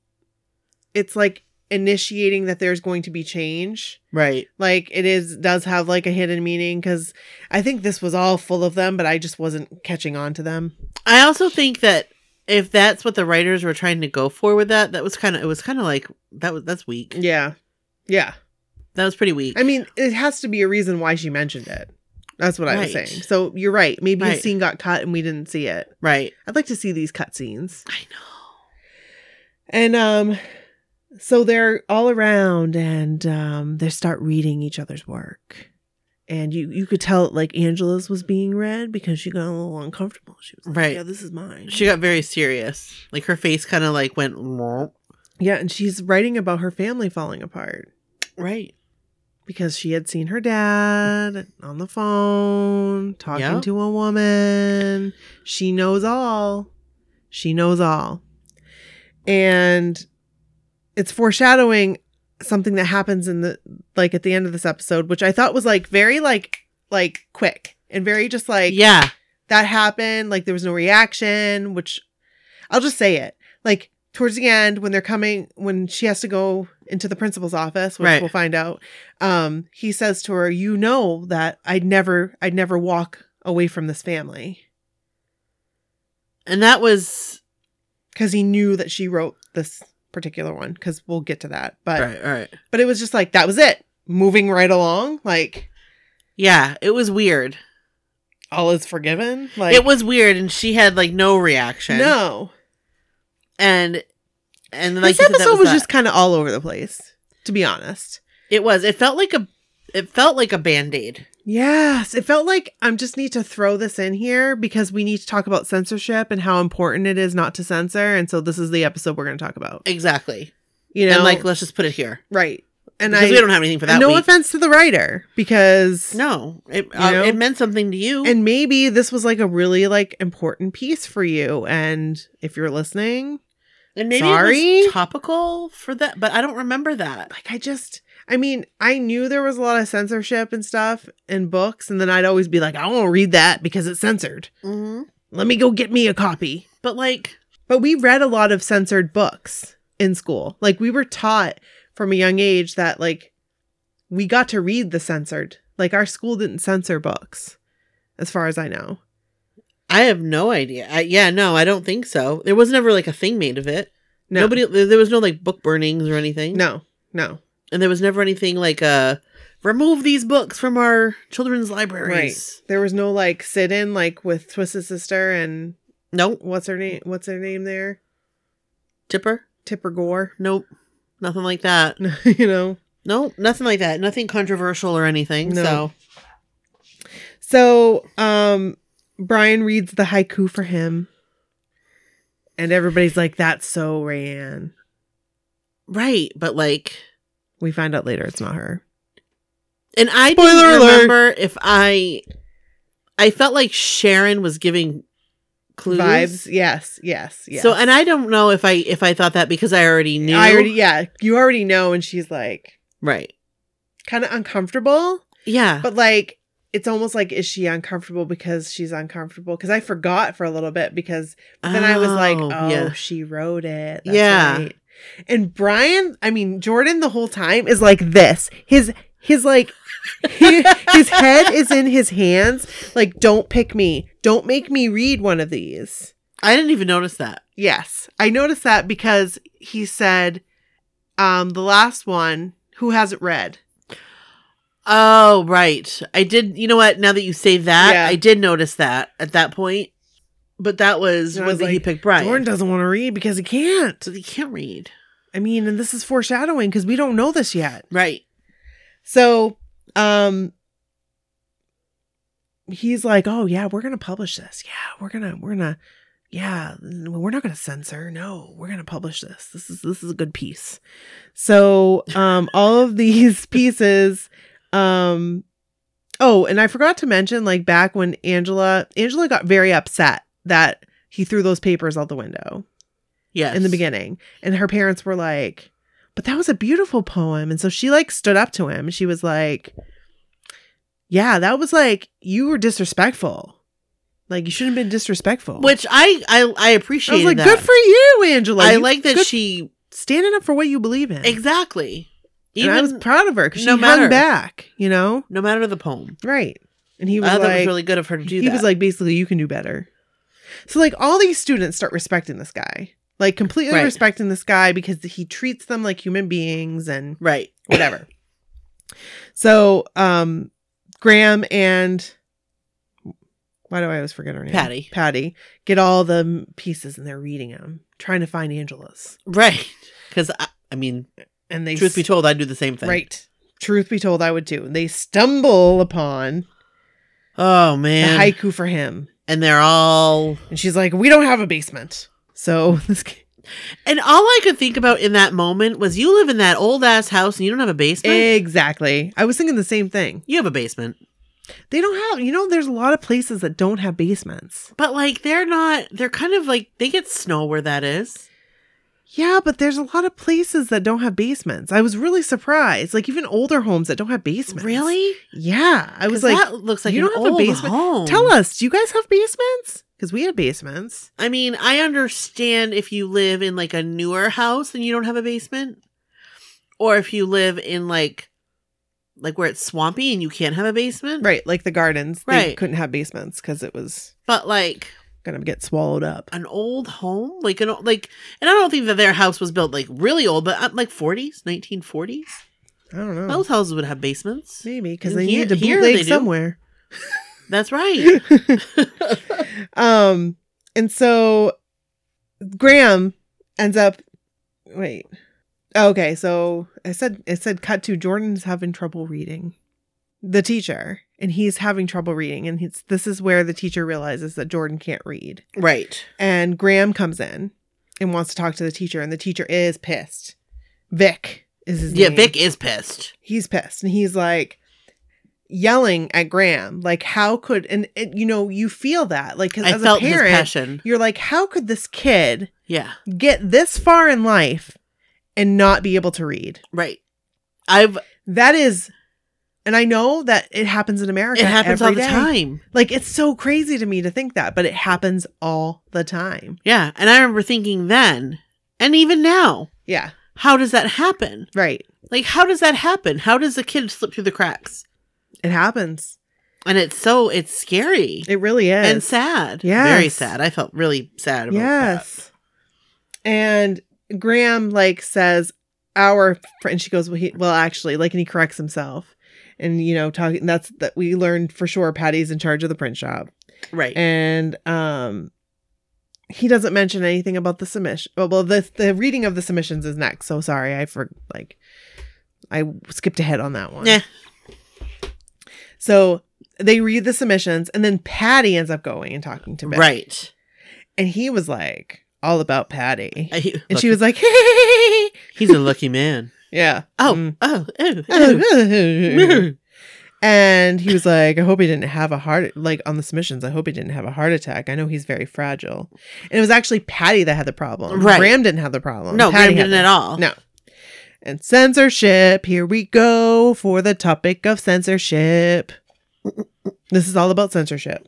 Speaker 3: it's like initiating that there's going to be change.
Speaker 2: right.
Speaker 3: Like it is does have like a hidden meaning cuz I think this was all full of them, but I just wasn't catching on to them.
Speaker 2: I also think that if that's what the writers were trying to go for with that, that was kind of it was kind of like that was that's weak.
Speaker 3: Yeah. Yeah.
Speaker 2: That was pretty weak.
Speaker 3: I mean, it has to be a reason why she mentioned it. That's what I was
Speaker 2: Right.
Speaker 3: saying. So you're right. Maybe a
Speaker 2: Right.
Speaker 3: scene got cut and we didn't see it.
Speaker 2: right.
Speaker 3: I'd like to see these cut scenes.
Speaker 2: I know.
Speaker 3: And um so they're all around and um they start reading each other's work. And you you could tell like Angela's was being read because she got a little uncomfortable. She was like,
Speaker 2: Right.
Speaker 3: Yeah, this is mine.
Speaker 2: She got very serious. Like her face kind of like went "Womp."
Speaker 3: yeah, and she's writing about her family falling apart
Speaker 2: right.
Speaker 3: because she had seen her dad on the phone talking
Speaker 2: Yeah.
Speaker 3: to a woman. She knows all. She knows all. And it's foreshadowing something that happens in the like at the end of this episode, which I thought was like very like like quick and very just like
Speaker 2: yeah.
Speaker 3: that happened. Like there was no reaction, which I'll just say it. Like towards the end, when they're coming, when she has to go into the principal's office, which
Speaker 2: Right.
Speaker 3: we'll find out, um, he says to her, "You know that I'd never, I'd never walk away from this family,"
Speaker 2: And that was
Speaker 3: because he knew that she wrote this particular one. Because we'll get to that, but
Speaker 2: right. All right.
Speaker 3: but it was just like that was it. Moving right along, like
Speaker 2: Yeah. It was weird.
Speaker 3: all is forgiven. Like
Speaker 2: it was weird, and she had like no reaction.
Speaker 3: no.
Speaker 2: And and like
Speaker 3: this
Speaker 2: you said, that
Speaker 3: episode was
Speaker 2: that.
Speaker 3: just kind of all over the place, to be honest.
Speaker 2: it was. It felt like a it felt like a band aid.
Speaker 3: Yes, it felt like I am just need to throw this in here because we need to talk about censorship and how important it is not to censor, and so this is the episode we're going to talk about.
Speaker 2: Exactly.
Speaker 3: You know,
Speaker 2: and like let's just put it here.
Speaker 3: right? And
Speaker 2: because
Speaker 3: I
Speaker 2: we don't have anything for that
Speaker 3: no
Speaker 2: week.
Speaker 3: offense to the writer because
Speaker 2: No, it uh,
Speaker 3: know?
Speaker 2: it meant something to you.
Speaker 3: and maybe this was like a really like important piece for you, and if you're listening,
Speaker 2: And maybe
Speaker 3: Sorry?
Speaker 2: it was topical for that, but I don't remember that.
Speaker 3: like I just. I mean, I knew there was a lot of censorship and stuff in books, and then I'd always be like, I won't read that because it's censored. Let me go get me a copy.
Speaker 2: But like,
Speaker 3: But we read a lot of censored books in school. Like we were taught from a young age that like we got to read the censored. Like our school didn't censor books as far as I know.
Speaker 2: I have no idea. I, yeah, no, I don't think so. There was never like a thing made of it.
Speaker 3: No.
Speaker 2: Nobody. There there was no like book burnings or anything.
Speaker 3: No. No.
Speaker 2: and there was never anything like uh, remove these books from our children's libraries.
Speaker 3: There was no like sit in like with Twisted Sister and
Speaker 2: Nope.
Speaker 3: what's her name what's her name there?
Speaker 2: Tipper.
Speaker 3: Tipper Gore. [laughs]
Speaker 2: Nope. Nothing like that.
Speaker 3: you know.
Speaker 2: Nope. Nothing like that. Nothing controversial or anything.
Speaker 3: No.
Speaker 2: So
Speaker 3: So um Brian reads the haiku for him. And everybody's like, that's so Rayanne.
Speaker 2: right, but like.
Speaker 3: We find out later it's not her.
Speaker 2: And I
Speaker 3: Spoiler
Speaker 2: didn't
Speaker 3: alert.
Speaker 2: remember if I I felt like Sharon was giving clues.
Speaker 3: vibes. Yes, yes, yes.
Speaker 2: So and I don't know if I if I thought that because I already knew.
Speaker 3: I already, yeah, you already know, and she's like
Speaker 2: right.
Speaker 3: kind of uncomfortable,
Speaker 2: Yeah.
Speaker 3: but like it's almost like is she uncomfortable because she's uncomfortable? Because I forgot for a little bit because then I was like, oh,
Speaker 2: yeah.
Speaker 3: she wrote it.
Speaker 2: Yeah.
Speaker 3: right. And Brian, I mean Jordan, the whole time is like this. His his like his, his head is in his hands. Like, don't pick me. Don't make me read one of these.
Speaker 2: I didn't even notice that.
Speaker 3: Yes. I noticed that because he said um the last one who hasn't read.
Speaker 2: Oh, right. I did you know what, now that you say that,
Speaker 3: Yeah.
Speaker 2: I did notice that at that point. But that was
Speaker 3: And I
Speaker 2: when
Speaker 3: was
Speaker 2: he
Speaker 3: like,
Speaker 2: picked Brian.
Speaker 3: Jordan doesn't want to read because he can't.
Speaker 2: so he can't read.
Speaker 3: I mean, and this is foreshadowing because we don't know this yet.
Speaker 2: Right.
Speaker 3: So, um he's like, "Oh yeah, we're going to publish this. Yeah, we're going to we're going to yeah, n- we're not going to censor. No, we're going to publish this. This is this is a good piece." So, um all of these pieces um oh, and I forgot to mention like back when Angela Angela got very upset that he threw those papers out the window
Speaker 2: Yes.
Speaker 3: in the beginning. And her parents were like, but that was a beautiful poem. And so she like stood up to him. She was like, Yeah, that was like you were disrespectful. Like you shouldn't have been disrespectful.
Speaker 2: Which I I, I
Speaker 3: I was
Speaker 2: appreciated.
Speaker 3: like,
Speaker 2: that.
Speaker 3: good for you, Angela.
Speaker 2: I
Speaker 3: You-
Speaker 2: like that
Speaker 3: good-
Speaker 2: she
Speaker 3: standing up for what you believe in.
Speaker 2: exactly.
Speaker 3: And
Speaker 2: Even
Speaker 3: I was proud of her because she
Speaker 2: no
Speaker 3: hung
Speaker 2: matter.
Speaker 3: back. You know,
Speaker 2: no matter the poem,
Speaker 3: right? And he
Speaker 2: I
Speaker 3: was
Speaker 2: thought that
Speaker 3: like,
Speaker 2: was really good of her to do
Speaker 3: he
Speaker 2: that.
Speaker 3: was like, basically, you can do better. So like all these students start respecting this guy, like completely
Speaker 2: Right.
Speaker 3: respecting this guy because he treats them like human beings and
Speaker 2: right,
Speaker 3: whatever. [coughs] so um, Graham and why do I always forget her name?
Speaker 2: Patty.
Speaker 3: Patty get all the m- pieces and they're reading them, trying to find Angela's.
Speaker 2: right. Because I, I mean,
Speaker 3: And they
Speaker 2: truth be told, I'd do the same thing.
Speaker 3: right. Truth be told, I would too. They stumble upon
Speaker 2: Oh
Speaker 3: a
Speaker 2: man.
Speaker 3: haiku for him,
Speaker 2: and they're all
Speaker 3: and she's like, "We don't have a basement." So [laughs] this kid-
Speaker 2: and all I could think about in that moment was you live in that old ass house and you don't have a basement.
Speaker 3: Eh. exactly, I was thinking the same thing.
Speaker 2: you have a basement,
Speaker 3: They don't have, you know, there's a lot of places that don't have basements.
Speaker 2: but like they're not. They're kind of like they get snow where that is.
Speaker 3: Yeah, but there's a lot of places that don't have basements. I was really surprised. Like even older homes that don't have basements.
Speaker 2: Really?
Speaker 3: Yeah. I was
Speaker 2: 'Cause
Speaker 3: like,
Speaker 2: that looks like
Speaker 3: you
Speaker 2: an
Speaker 3: don't have a
Speaker 2: old
Speaker 3: basement?
Speaker 2: Home.
Speaker 3: tell us, do you guys have basements? Because we had basements.
Speaker 2: I mean, I understand if you live in like a newer house and you don't have a basement, or if you live in like like where it's swampy and you can't have a basement.
Speaker 3: Right. Like the gardens. They
Speaker 2: Right.
Speaker 3: couldn't have basements because it was
Speaker 2: But like
Speaker 3: gonna get swallowed up.
Speaker 2: an old home, like an o- like, and I don't think that their house was built like really old, but uh, like forties, nineteen forties.
Speaker 3: I don't know.
Speaker 2: Most houses would have basements.
Speaker 3: Maybe because
Speaker 2: And
Speaker 3: they
Speaker 2: here-
Speaker 3: need to
Speaker 2: here they
Speaker 3: bootleg
Speaker 2: do.
Speaker 3: somewhere. [laughs]
Speaker 2: That's right.
Speaker 3: um and so graham ends up wait Oh, okay so i said it said cut to jordan's having trouble reading the teacher and he's having trouble reading and he's this is where the teacher realizes that jordan can't read
Speaker 2: right.
Speaker 3: and graham comes in and wants to talk to the teacher and the teacher is pissed vic is his
Speaker 2: Yeah,
Speaker 3: name
Speaker 2: Vic is pissed.
Speaker 3: he's pissed and he's like yelling at Graham like how could and it, you know you feel that like 'cause
Speaker 2: I
Speaker 3: as
Speaker 2: felt
Speaker 3: a
Speaker 2: his
Speaker 3: parent
Speaker 2: passion.
Speaker 3: you're like how could this kid
Speaker 2: Yeah.
Speaker 3: get this far in life and not be able to read
Speaker 2: Right. I've
Speaker 3: that is and I know that it happens in America
Speaker 2: it happens all
Speaker 3: every
Speaker 2: the
Speaker 3: day.
Speaker 2: time.
Speaker 3: like it's so crazy to me to think that but it happens all the time
Speaker 2: Yeah, and I remember thinking then, and even now,
Speaker 3: yeah
Speaker 2: how does that happen?
Speaker 3: right
Speaker 2: Like, how does that happen? How does the kid slip through the cracks?
Speaker 3: it happens
Speaker 2: And it's so it's scary
Speaker 3: it really is
Speaker 2: and sad.
Speaker 3: Yes.
Speaker 2: very sad. I felt really sad about that.
Speaker 3: yes and graham like says our friend and she goes well, he, well actually like and he corrects himself and you know talking that's that we learned for sure patty's in charge of the print shop
Speaker 2: Right.
Speaker 3: and um he doesn't mention anything about the submission well, well the, the reading of the submissions is next so sorry i for like i skipped ahead on that one
Speaker 2: Yeah.
Speaker 3: so they read the submissions and then patty ends up going and talking to Vic.
Speaker 2: right.
Speaker 3: and he was like all about patty
Speaker 2: Uh, he-
Speaker 3: and
Speaker 2: look,
Speaker 3: she was like, [laughs] hey, hey, hey, hey.
Speaker 2: he's a lucky man.
Speaker 3: yeah.
Speaker 2: Oh,
Speaker 3: [laughs] Mm.
Speaker 2: oh, oh,
Speaker 3: [laughs]
Speaker 2: oh. [laughs]
Speaker 3: and he was like, I hope he didn't have a heart like on the submissions. I hope he didn't have a heart attack. I know he's very fragile. And it was actually Patty that had the problem.
Speaker 2: Right.
Speaker 3: Graham didn't have the problem.
Speaker 2: no,
Speaker 3: Patty
Speaker 2: Graham didn't
Speaker 3: had
Speaker 2: at
Speaker 3: the-
Speaker 2: all.
Speaker 3: No. And censorship. Here we go for the topic of censorship. this is all about censorship.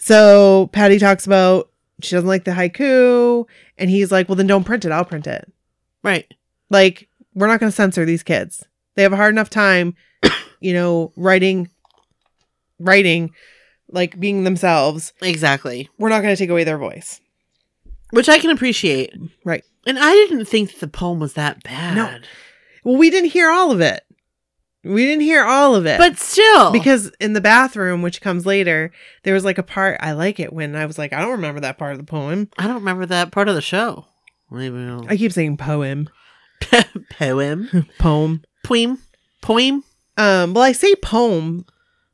Speaker 3: So Patty talks about she doesn't like the haiku, and he's like, "Well, then don't print it. I'll print it."
Speaker 2: Right.
Speaker 3: Like, we're not going to censor these kids. They have a hard enough time, [coughs] you know, writing, writing, like being themselves.
Speaker 2: Exactly.
Speaker 3: We're not going to take away their voice.
Speaker 2: Which I can appreciate.
Speaker 3: Right.
Speaker 2: And I didn't think the poem was that bad.
Speaker 3: Well, we didn't hear all of it. We didn't hear all of it.
Speaker 2: But still.
Speaker 3: because in the bathroom, which comes later, there was like a part I like it when I was like, I don't remember that part of the poem.
Speaker 2: I don't remember that part of the show. Maybe I'll-
Speaker 3: I keep saying poem,
Speaker 2: [laughs] poem.
Speaker 3: [laughs] poem.
Speaker 2: Poem. Poem.
Speaker 3: Um, well, I say poem,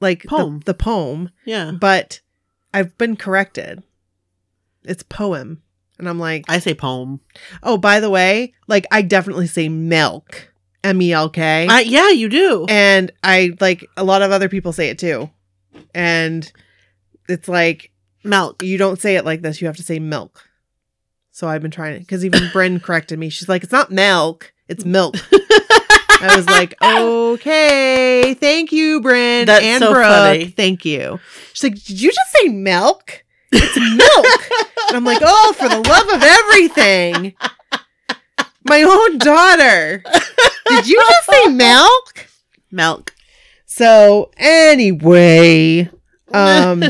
Speaker 3: like the-
Speaker 2: Poem.
Speaker 3: the poem,
Speaker 2: Yeah.
Speaker 3: but I've been corrected. It's poem. And I'm like,
Speaker 2: I say poem.
Speaker 3: oh, by the way, like I definitely say milk, M E L K.
Speaker 2: I, yeah, you do.
Speaker 3: And I like a lot of other people say it too. And it's like,
Speaker 2: Milk.
Speaker 3: you don't say it like this. You have to say milk.
Speaker 2: [laughs]
Speaker 3: So I've been trying it because even Bryn corrected me. She's like, it's not milk, it's milk. I was like, okay, thank you, Bryn
Speaker 2: That's
Speaker 3: and
Speaker 2: so
Speaker 3: Brooke.
Speaker 2: funny.
Speaker 3: Thank you. She's like, did you just say milk? It's milk. and I'm like, oh, for the love of
Speaker 2: [laughs]
Speaker 3: everything. My own daughter. Did you just say milk?
Speaker 2: Milk.
Speaker 3: So anyway, um,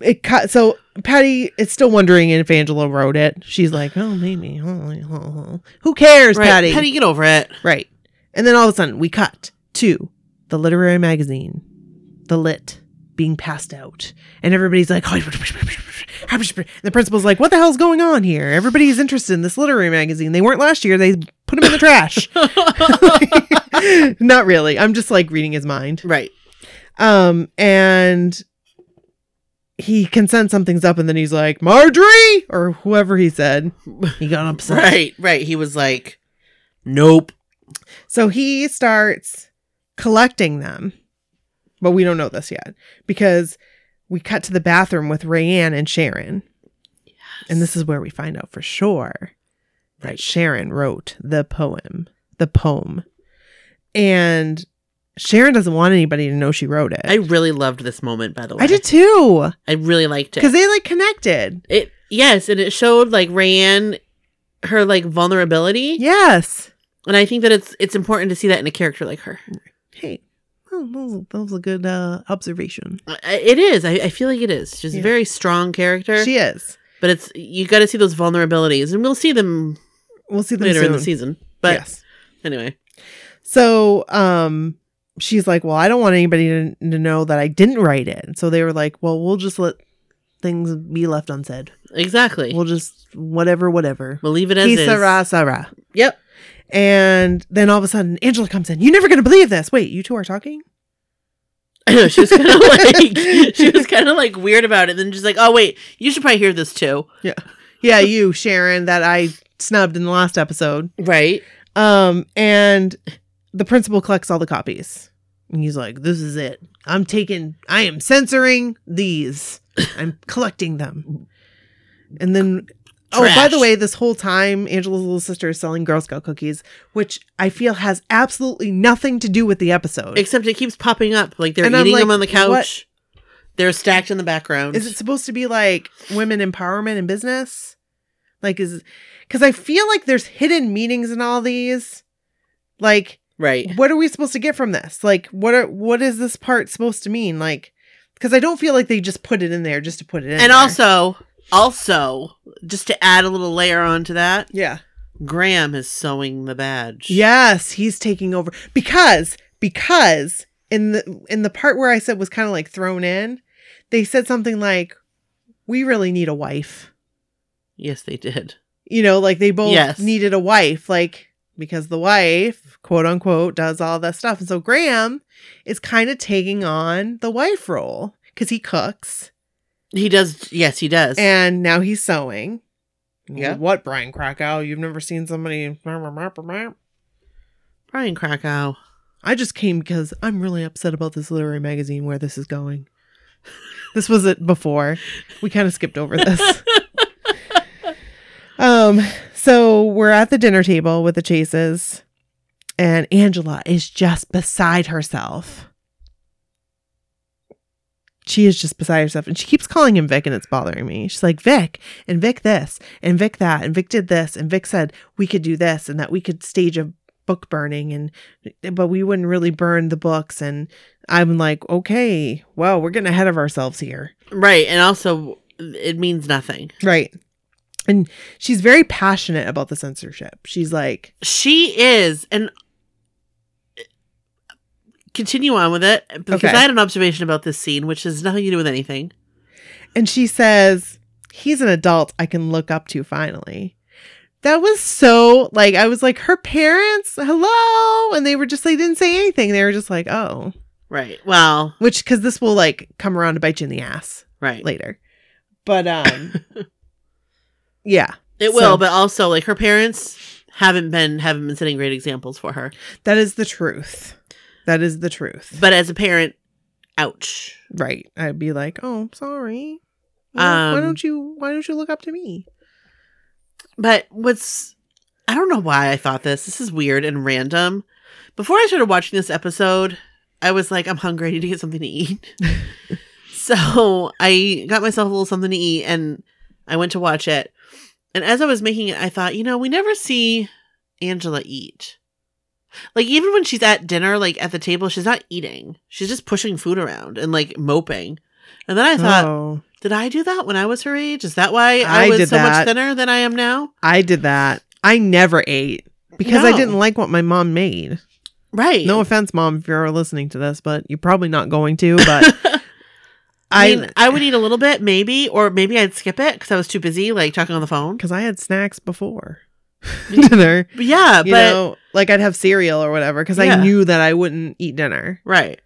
Speaker 3: it cut. So Patty is still wondering if Angela wrote it. She's like, oh, maybe. Who cares,
Speaker 2: Right.
Speaker 3: Patty?
Speaker 2: Patty, get
Speaker 3: [laughs]
Speaker 2: over it.
Speaker 3: Right. And then all of a sudden, we cut to the literary magazine, the lit being passed out. And everybody's like, "Oh, [laughs] and the principal's like, what the hell's going on here? Everybody's interested in this literary magazine. They weren't last year. They put them in the trash. [laughs] Not really. I'm just like reading his mind.
Speaker 2: Right.
Speaker 3: Um, and he can sense something's up, and then he's like, Marjorie, or whoever he said. [laughs] He got upset.
Speaker 2: Right. Right. He was like, nope.
Speaker 3: So he starts collecting them, but we don't know this yet because we cut to the bathroom with Rayanne and Sharon. And this is where we find out for sure that
Speaker 2: Right.
Speaker 3: Sharon wrote the poem, the poem. And Sharon doesn't want anybody to know she wrote it.
Speaker 2: I really loved this moment, by the way.
Speaker 3: I did too.
Speaker 2: I really liked it.
Speaker 3: Because they like connected.
Speaker 2: It yes, and it showed like Rayanne her like vulnerability.
Speaker 3: Yes.
Speaker 2: And I think that it's it's important to see that in a character like her.
Speaker 3: Hey, well, that was, that was a good uh, observation.
Speaker 2: I- I- It is. I, I feel like it is. She's
Speaker 3: Yeah.
Speaker 2: a very strong character.
Speaker 3: She is.
Speaker 2: but it's you got to see those vulnerabilities, and we'll see them
Speaker 3: We'll see them
Speaker 2: later in the
Speaker 3: soon.
Speaker 2: season. But
Speaker 3: yes.
Speaker 2: anyway,
Speaker 3: So um she's like, Well, I don't want anybody to, to know that I didn't write it. And so they were like, Well, we'll just let things be left unsaid.
Speaker 2: exactly.
Speaker 3: We'll
Speaker 2: We'll,
Speaker 3: just whatever, whatever.
Speaker 2: leave it as
Speaker 3: He
Speaker 2: is.
Speaker 3: Sarah, Sarah.
Speaker 2: Yep. [laughs]
Speaker 3: And then all of a sudden Angela comes in. You're never gonna believe this. Wait, you two are talking?
Speaker 2: I know she was
Speaker 3: [laughs]
Speaker 2: kind of like she was kind of like weird about it. And then just like, oh wait, you should probably hear this too,
Speaker 3: Yeah, you, Sharon, that I snubbed in the last episode.
Speaker 2: right?
Speaker 3: Um, and the principal collects all the copies. And he's like, This is it. I'm taking, I am censoring these. I'm collecting them. And then, oh, by
Speaker 2: Trash.
Speaker 3: the way, this whole time, Angela's little sister is selling Girl Scout cookies, which I feel has absolutely nothing to do with the episode.
Speaker 2: Except it keeps popping up. Like they're
Speaker 3: And I'm
Speaker 2: eating
Speaker 3: like,
Speaker 2: them on the
Speaker 3: what-
Speaker 2: couch. They're stacked in the background.
Speaker 3: is it supposed to be like women empowerment in business? Like, is because I feel like there's hidden meanings in all these. Like,
Speaker 2: right?
Speaker 3: [laughs] what are we supposed to get from this like what are what is this part supposed to mean like because i don't feel like they just put it in there just to put it in
Speaker 2: And
Speaker 3: there.
Speaker 2: also, also, just to add a little layer onto that,
Speaker 3: yeah
Speaker 2: Graham is sewing the badge.
Speaker 3: yes he's taking over because because in the in the part where i said was kind of like thrown in they said something like we really need a wife
Speaker 2: Yes, they did.
Speaker 3: you know like they both
Speaker 2: Yes.
Speaker 3: needed a wife like because the wife quote unquote does all that stuff and so graham is kind of taking on the wife role because he cooks
Speaker 2: He does. Yes, he does.
Speaker 3: and now he's sewing.
Speaker 2: Yeah.
Speaker 3: What, Brian Krakow? You've never seen somebody.
Speaker 2: Brian Krakow.
Speaker 3: I just came because I'm really upset about this literary magazine where this is going. [laughs] this was it before. We kind of skipped over this. um, so we're at the dinner table with the Chases, and Angela is just beside herself. She is just beside herself, and she keeps calling him Vic, and it's bothering me. She's like Vic, and Vic this, and Vic that, and Vic did this, and Vic said we could do this, and that we could stage a book burning, and but we wouldn't really burn the books. And I'm like, okay, well, we're getting ahead of ourselves here.
Speaker 2: Right, and also it means nothing.
Speaker 3: Right. And she's very passionate about the censorship. She's like,
Speaker 2: She is, and continue on with it because
Speaker 3: Okay.
Speaker 2: I had an observation about this scene, which has nothing to do with anything.
Speaker 3: and she says, he's an adult I can look up to finally. That was so like, I was like, her parents, hello. And they were just, they didn't say anything. They were just like, oh,
Speaker 2: Right. Well.
Speaker 3: which, cause this will like come around to bite you in the ass
Speaker 2: Right.
Speaker 3: later. But, um, yeah,
Speaker 2: it will,
Speaker 3: so-
Speaker 2: but also like her parents haven't been haven't been setting great examples for her.
Speaker 3: that is the truth. That is the truth.
Speaker 2: But as a parent, ouch.
Speaker 3: Right. I'd be like, oh, sorry. Why- why
Speaker 2: Um,
Speaker 3: don't you, why don't you look up to me?
Speaker 2: But what's I don't know why I thought this. This is weird and random. Before I started watching this episode, I was like, I'm hungry. I need to get something
Speaker 3: [laughs]
Speaker 2: to eat. so I got myself a little something to eat and I went to watch it. And as I was making it, I thought, you know, we never see Angela eat. Like, even when she's at dinner, like at the table, she's not eating. She's just pushing food around and like moping. And then I thought,
Speaker 3: oh,
Speaker 2: did I do that when I was her age? Is that why I,
Speaker 3: I
Speaker 2: was
Speaker 3: did
Speaker 2: so much
Speaker 3: that.
Speaker 2: thinner than I am now?
Speaker 3: I did that. I never ate because I
Speaker 2: No.
Speaker 3: didn't like what my mom made.
Speaker 2: Right. [laughs]
Speaker 3: No offense, mom, if you're listening to this, but you're probably not going to.
Speaker 2: [laughs]
Speaker 3: But
Speaker 2: I
Speaker 3: I,
Speaker 2: mean, I would eat a little bit, maybe, or maybe I'd skip it because I was too busy, like talking on the phone.
Speaker 3: because I had snacks
Speaker 2: [laughs]
Speaker 3: before [laughs] dinner.
Speaker 2: But yeah,
Speaker 3: You
Speaker 2: but
Speaker 3: know, like I'd have cereal or whatever because
Speaker 2: Yeah.
Speaker 3: I knew that I wouldn't eat dinner.
Speaker 2: right.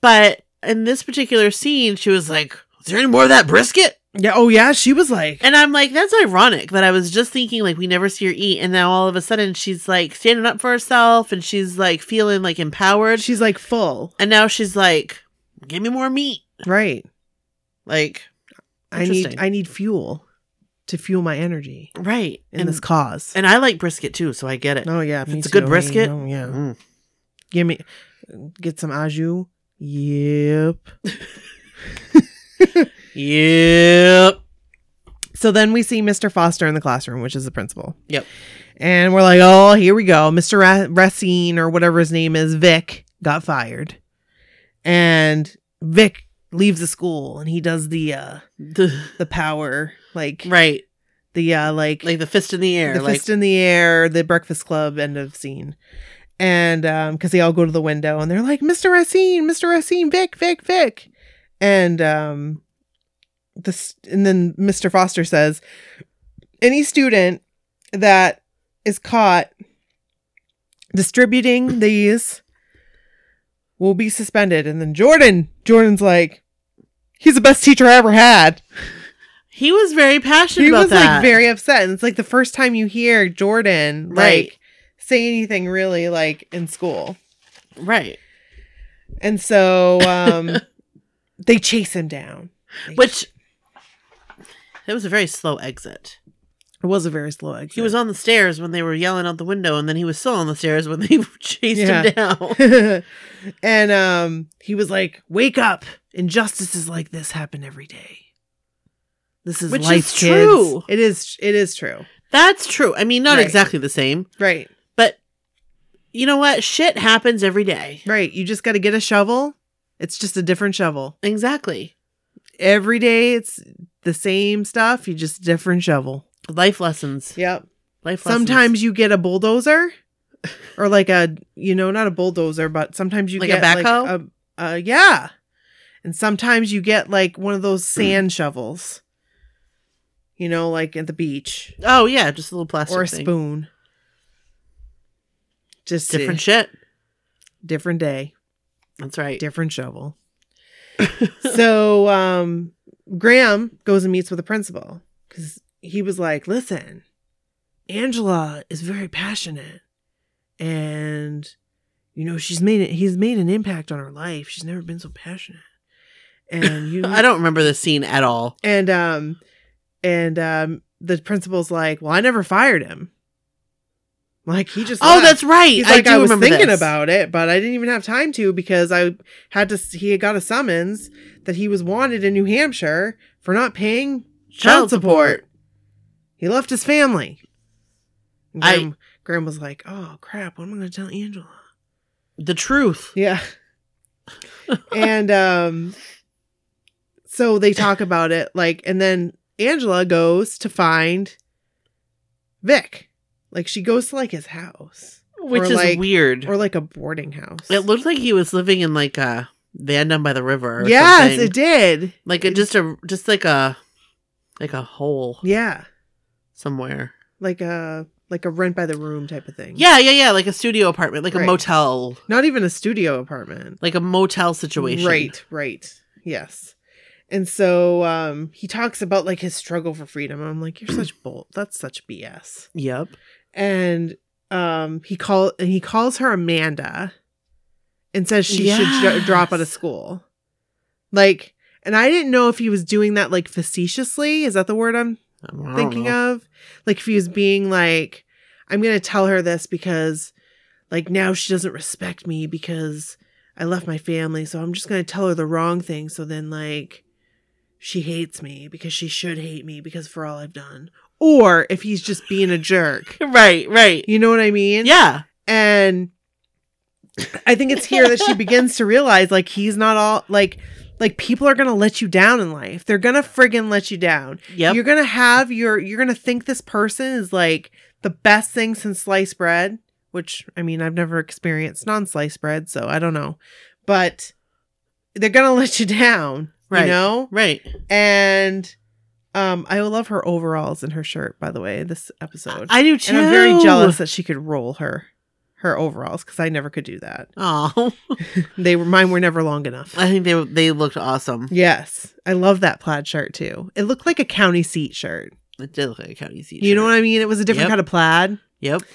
Speaker 2: But in this particular scene, she was like, "Is there any more of that brisket?"
Speaker 3: Yeah. Oh yeah, she was like,
Speaker 2: And I'm like, "That's ironic." That I was just thinking, like, we never see her eat, and now all of a sudden, she's like standing up for herself, and she's like feeling like empowered,
Speaker 3: she's like full,
Speaker 2: and now she's like, "Give me more meat."
Speaker 3: right?
Speaker 2: Like,
Speaker 3: I need
Speaker 2: Interesting.
Speaker 3: I need fuel to fuel my energy
Speaker 2: right.
Speaker 3: in
Speaker 2: and
Speaker 3: this cause.
Speaker 2: and I like brisket too, so I get it.
Speaker 3: oh yeah,
Speaker 2: if
Speaker 3: me
Speaker 2: it's a good
Speaker 3: too. I mean,
Speaker 2: brisket,
Speaker 3: oh, yeah.
Speaker 2: Mm.
Speaker 3: Give me, get some au jus. Yep.
Speaker 2: Yep.
Speaker 3: So then we see Mr. Foster in the classroom, which is the principal.
Speaker 2: Yep.
Speaker 3: And we're like, oh, here we go. Mr. Ra- Racine or whatever his name is, Vic, got fired. And Vic leaves the school and he does the uh the power, like
Speaker 2: right.
Speaker 3: the uh like,
Speaker 2: like the fist in the air,
Speaker 3: the
Speaker 2: like
Speaker 3: fist in the air, the breakfast club end of scene. And um, because they all go to the window and they're like, Mr. Racine, Mr. Racine, Vic, Vic, Vic. And um this and then Mr. Foster says, any student that is caught distributing these will be suspended. And then Jordan, Jordan's like, he's the best teacher I ever had
Speaker 2: he was very passionate
Speaker 3: he
Speaker 2: about
Speaker 3: was
Speaker 2: that.
Speaker 3: like very upset and it's like the first time you hear jordan like
Speaker 2: Right.
Speaker 3: say anything really like in school
Speaker 2: right,
Speaker 3: and so um
Speaker 2: [laughs]
Speaker 3: they chase him down They-
Speaker 2: which it was a very slow exit.
Speaker 3: it was a very slow exit [laughs]
Speaker 2: He was on the stairs when they were yelling out the window, and then he was still on the stairs when [laughs] they chased
Speaker 3: Yeah.
Speaker 2: him down. [laughs]
Speaker 3: and um he was like wake up injustices like this happen every day this is
Speaker 2: Which is
Speaker 3: life kids."
Speaker 2: true.
Speaker 3: it is it is true
Speaker 2: That's true. I mean, not
Speaker 3: Right.
Speaker 2: exactly the same,
Speaker 3: right
Speaker 2: but you know what? Shit happens every day.
Speaker 3: right you just got to get a shovel it's just a different shovel
Speaker 2: Exactly.
Speaker 3: every day it's the same stuff you just different shovel
Speaker 2: Life lessons.
Speaker 3: yep
Speaker 2: Life lessons.
Speaker 3: sometimes you get a bulldozer or like a you know not a bulldozer but sometimes you
Speaker 2: Like a
Speaker 3: get
Speaker 2: backhoe?
Speaker 3: a, uh, yeah and sometimes you get like one of those sand
Speaker 2: [clears throat]
Speaker 3: shovels you know like at the beach
Speaker 2: Oh yeah, just a little plastic
Speaker 3: or a
Speaker 2: thing.
Speaker 3: spoon just different
Speaker 2: Different shit.
Speaker 3: different day
Speaker 2: That's right.
Speaker 3: different
Speaker 2: [laughs]
Speaker 3: shovel so um graham goes and meets with the principal because he was like listen angela is very passionate and you know she's made it he's made an impact on her life she's never been so passionate
Speaker 2: [laughs]
Speaker 3: and you
Speaker 2: I don't remember this scene at all.
Speaker 3: and um and um the principal's like well i never fired him like he just
Speaker 2: Oh,
Speaker 3: left.
Speaker 2: that's right.
Speaker 3: He's
Speaker 2: I
Speaker 3: like,
Speaker 2: do
Speaker 3: I, was
Speaker 2: remember
Speaker 3: thinking
Speaker 2: this.
Speaker 3: about it, but I didn't even have time to because I had to. He had got a summons that he was wanted in New Hampshire for not paying child,
Speaker 2: Child
Speaker 3: support.
Speaker 2: support.
Speaker 3: He left his family. And
Speaker 2: I-
Speaker 3: Graham, Graham was like, "Oh crap! What am I going to tell Angela?"
Speaker 2: the truth.
Speaker 3: Yeah. [laughs] and um, so they talk about it, like, and then Angela goes to find Vic. Like she goes to like his house
Speaker 2: which
Speaker 3: Or
Speaker 2: is
Speaker 3: like-
Speaker 2: weird.
Speaker 3: or like a boarding house.
Speaker 2: it looked like he was living in like a van down by the river. Or
Speaker 3: yes,
Speaker 2: something.
Speaker 3: it did.
Speaker 2: Like a, just a just like a like a hole
Speaker 3: Yeah,
Speaker 2: somewhere.
Speaker 3: like a like a rent by the room type of thing.
Speaker 2: Yeah, yeah, yeah. Like a studio apartment, like a
Speaker 3: Right.
Speaker 2: motel,
Speaker 3: not even a studio apartment.
Speaker 2: like a motel situation.
Speaker 3: Right, right. Yes. And so um he talks about like his struggle for freedom. I'm like, you're such bull. That's such BS.
Speaker 2: Yep.
Speaker 3: And um he call and he calls her Amanda, and says she should dro- drop out of
Speaker 2: Yes.
Speaker 3: school. Like, and I didn't know if he was doing that like facetiously. Is that the word I'm
Speaker 2: I don't
Speaker 3: thinking
Speaker 2: know.
Speaker 3: of. Like if he was being like, I'm going to tell her this because, like, now she doesn't respect me because I left my family. So I'm just going to tell her the wrong thing. So then, like, she hates me because she should hate me because for all I've done. Or if he's just being a jerk.
Speaker 2: Right, right.
Speaker 3: You know what I mean?
Speaker 2: Yeah.
Speaker 3: and i think it's here that she begins to realize like he's not all like like people are gonna let you down in life they're gonna friggin let you down
Speaker 2: Yep.
Speaker 3: you're gonna have your you're gonna think this person is like the best thing since sliced bread which i mean i've never experienced non-sliced bread so i don't know but they're gonna [laughs] let you down
Speaker 2: Right.
Speaker 3: you know
Speaker 2: right.
Speaker 3: and um i love her overalls and her shirt by the way this episode
Speaker 2: I do too.
Speaker 3: and I'm very jealous that she could roll her her overalls because I never could do that.
Speaker 2: Oh,
Speaker 3: They were mine were never long enough.
Speaker 2: [laughs] I think they they looked awesome.
Speaker 3: Yes, I love that plaid shirt too. It looked like a county seat shirt.
Speaker 2: It did look like a county seat.
Speaker 3: You know what I mean? It was a different
Speaker 2: Yep.
Speaker 3: kind of plaid.
Speaker 2: Yep. [sighs]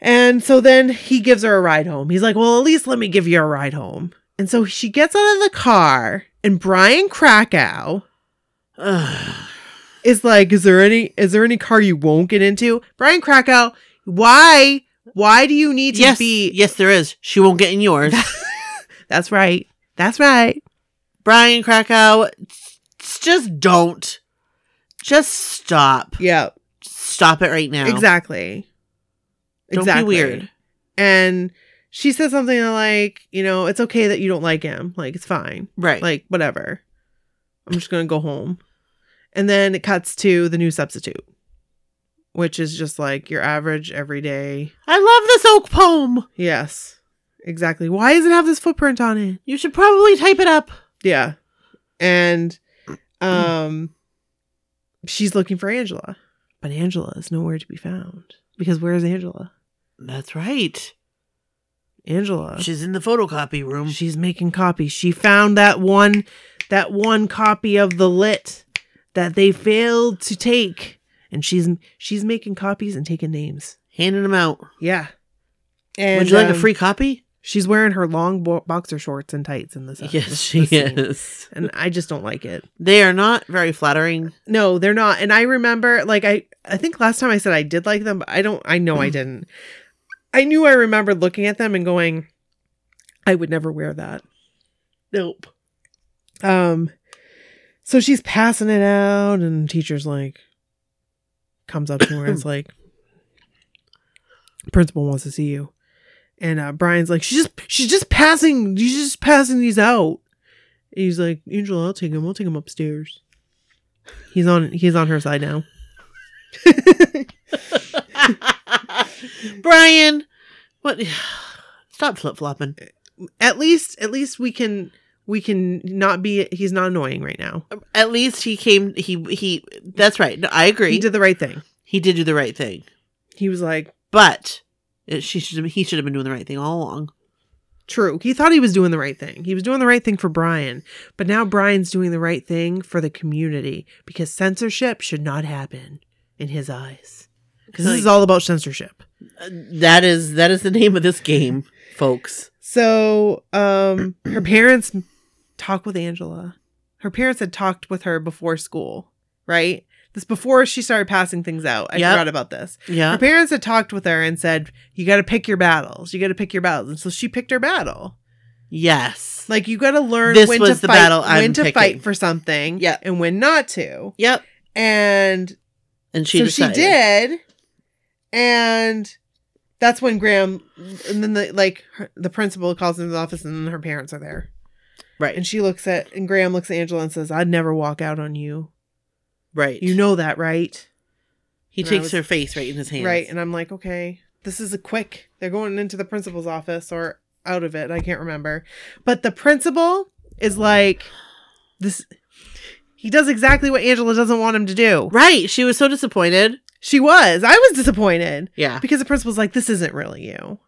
Speaker 3: And so then he gives her a ride home. He's like, "Well, at least let me give you a ride home." And so she gets out of the car, and Brian Krakow
Speaker 2: Ugh.
Speaker 3: is like, "Is there any is there any car you won't get into?" Brian Krakow, why why do you need to
Speaker 2: yes.
Speaker 3: be?
Speaker 2: Yes, there is. She won't get in
Speaker 3: [laughs]
Speaker 2: yours.
Speaker 3: That's right. That's right.
Speaker 2: Brian Krakow, s- s- just don't. Just stop.
Speaker 3: Yeah.
Speaker 2: Just Stop it right now.
Speaker 3: Exactly.
Speaker 2: Don't be weird.
Speaker 3: And she says something like, you know, it's okay that you don't like him. Like, it's fine.
Speaker 2: Right.
Speaker 3: Like, whatever. I'm just going to go home. And then it cuts to the new substitute, which is just like your average everyday.
Speaker 2: I love this oak poem.
Speaker 3: Yes, exactly. Why does it have this footprint on it?
Speaker 2: You should probably type it up.
Speaker 3: Yeah. And um she's looking for Angela. But Angela is nowhere to be found. Because where's Angela?
Speaker 2: That's right.
Speaker 3: Angela.
Speaker 2: She's in the photocopy room.
Speaker 3: She's making copies. She found that one that one copy of the lit that they failed to take and she's she's making copies and taking names.
Speaker 2: handing them out.
Speaker 3: Yeah. And
Speaker 2: Would you like a
Speaker 3: um,
Speaker 2: free copy?
Speaker 3: She's wearing her long bo- boxer shorts and tights in this. uh,
Speaker 2: Yes,
Speaker 3: this-
Speaker 2: she
Speaker 3: this scene.
Speaker 2: is. [laughs]
Speaker 3: And I just don't like it.
Speaker 2: They are not very flattering.
Speaker 3: No, they're not. And I remember like I I think last time I said I did like them, but I don't I know
Speaker 2: Mm.
Speaker 3: I didn't. I knew I remembered looking at them and going I would never wear that.
Speaker 2: Nope.
Speaker 3: Um, so she's passing it out, and teacher's like, comes up to her and is like, principal wants to see you, and uh, Brian's like, she's just she's just passing, she's just passing these out. And he's like, Angela, I'll take him, I'll take him upstairs. He's on he's on her side now.
Speaker 2: [laughs] Brian, what? [sighs] Stop flip flopping.
Speaker 3: At least at least we can we can not be he's not annoying right now.
Speaker 2: At least he came. He he. That's right. No, I agree.
Speaker 3: He did the right thing.
Speaker 2: do the right thing,
Speaker 3: He was like,
Speaker 2: but it, she should. He should have been doing the right thing all along.
Speaker 3: True. He thought he was doing the right thing. He was doing the right thing for Brian, but now Brian's doing the right thing for the community because censorship should not happen in his eyes. Because this is all about censorship.
Speaker 2: Uh, That is that is the name of this game, folks.
Speaker 3: So, um, her parents talk with Angela. Her parents had talked with her before school, right? This before she started passing things out. I
Speaker 2: Yep.
Speaker 3: forgot about this. Her
Speaker 2: Yeah.
Speaker 3: parents had talked with her and said, "You got to pick your battles. You got to pick your battles." And so she picked her battle.
Speaker 2: Yes.
Speaker 3: Like you got to learn
Speaker 2: This
Speaker 3: when
Speaker 2: was
Speaker 3: to
Speaker 2: the
Speaker 3: fight,
Speaker 2: battle
Speaker 3: when
Speaker 2: I'm
Speaker 3: to
Speaker 2: picking.
Speaker 3: fight for something,
Speaker 2: Yeah.
Speaker 3: and when not to.
Speaker 2: Yep.
Speaker 3: And
Speaker 2: And she
Speaker 3: so
Speaker 2: decided.
Speaker 3: she did, and that's when Graham, and then the like her, the principal calls into the office, and her parents are there,
Speaker 2: Right.
Speaker 3: and she looks at and Graham looks at Angela and says, "I'd never walk out on you.
Speaker 2: right.
Speaker 3: You know that, right?
Speaker 2: he
Speaker 3: and I
Speaker 2: takes
Speaker 3: was-
Speaker 2: her face right in his hands.
Speaker 3: Right?" And I'm like, "Okay, this is a quick. They're going into the principal's office or out of it. I can't remember, but the principal is like." this he does exactly what Angela doesn't want him to do.
Speaker 2: Right. She was so disappointed.
Speaker 3: She was. I was disappointed
Speaker 2: Yeah.
Speaker 3: because the principal's like, "This isn't really you,"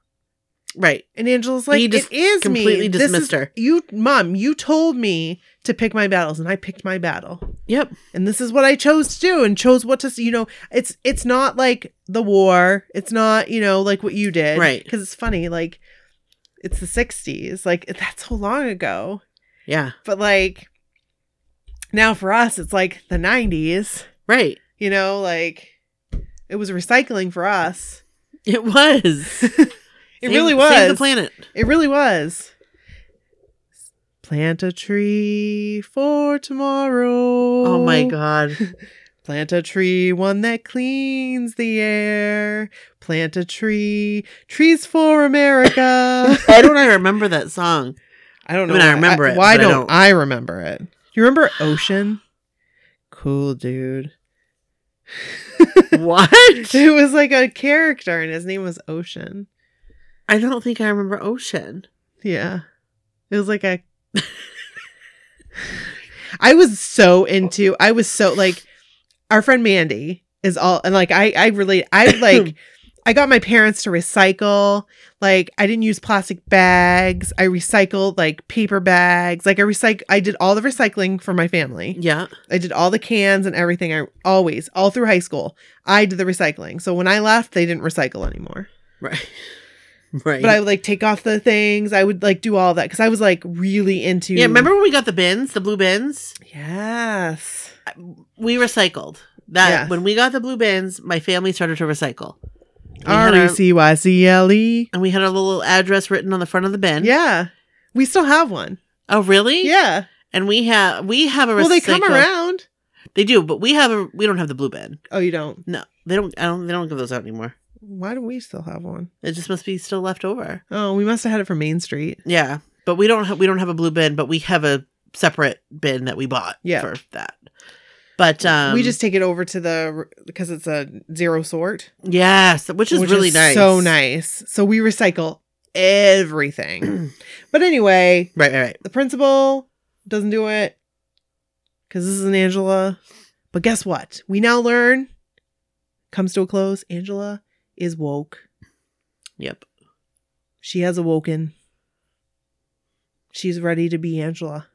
Speaker 2: Right.
Speaker 3: and Angela's like,
Speaker 2: He just
Speaker 3: "It is
Speaker 2: completely
Speaker 3: me. This
Speaker 2: dismissed
Speaker 3: is-
Speaker 2: her.
Speaker 3: You, mom, you told me to pick my battles, and I picked my battle,
Speaker 2: Yep.
Speaker 3: and this is what I chose to do, and chose what to. s- You know, it's it's not like the war. It's not you know like what you did,
Speaker 2: Right.
Speaker 3: Because it's funny, like it's the '60s, like that's so long ago,
Speaker 2: Yeah.
Speaker 3: but like now for us, it's like the '90s.
Speaker 2: Right.
Speaker 3: you know like It was recycling for us.
Speaker 2: It was.
Speaker 3: [laughs] It
Speaker 2: Save-
Speaker 3: really was.
Speaker 2: Save the planet.
Speaker 3: It really was. Plant a tree for tomorrow.
Speaker 2: Oh
Speaker 3: [laughs]
Speaker 2: my god.
Speaker 3: Plant a tree, one that cleans the air. Plant a tree, trees for
Speaker 2: [laughs]
Speaker 3: America.
Speaker 2: Why don't I remember
Speaker 3: [laughs]
Speaker 2: that song?
Speaker 3: I don't know.
Speaker 2: I mean, I
Speaker 3: why-
Speaker 2: remember it,
Speaker 3: Why
Speaker 2: but I
Speaker 3: don't,
Speaker 2: don't-
Speaker 3: I remember it? You remember Ocean? Cool dude. [laughs]
Speaker 2: What?
Speaker 3: It was like a character, and his name was Ocean.
Speaker 2: I don't think I remember Ocean.
Speaker 3: Yeah. It was like a I was so into I was so like our friend Mandy is all and like I I relate I like I got my parents to recycle. Like I didn't use plastic bags. I recycled like paper bags. Like I recycle I did all the recycling for my family.
Speaker 2: Yeah.
Speaker 3: I did all the cans and everything. I always all through high school. I did the recycling. So when I left, they didn't recycle anymore
Speaker 2: Right. Right.
Speaker 3: but I would like take off the things. I would like do all that because I was like really into.
Speaker 2: yeah, remember when we got the bins, the blue bins?
Speaker 3: Yes.
Speaker 2: We recycled. That
Speaker 3: Yeah.
Speaker 2: when we got the blue bins, my family started to recycle. We had
Speaker 3: R
Speaker 2: our-
Speaker 3: e c y c l e.
Speaker 2: and we had a little address written on the front of the bin.
Speaker 3: Yeah, we still have one.
Speaker 2: Oh, really?
Speaker 3: Yeah.
Speaker 2: And we have we have a recycle.
Speaker 3: Well, they come around.
Speaker 2: They do, but we have a we don't have the blue bin.
Speaker 3: Oh, you don't.
Speaker 2: No, they don't. I don't. They don't give those out anymore.
Speaker 3: Why do we still have one?
Speaker 2: It just must be still left over.
Speaker 3: Oh, we must have had it from Main Street.
Speaker 2: Yeah, but we don't. Ha- we don't have a blue bin, but we have a separate bin that we bought.
Speaker 3: Yeah.
Speaker 2: for that. But um,
Speaker 3: we just take it over to the because it's a zero sort,
Speaker 2: yes, which is really nice.
Speaker 3: So nice. So we recycle
Speaker 2: [clears throat]
Speaker 3: everything. but anyway,
Speaker 2: Right, right, right.
Speaker 3: the principal doesn't do it because this is an Angela. But guess what? We now learn comes to a close. Angela is woke.
Speaker 2: Yep.
Speaker 3: She has awoken. She's ready to be Angela.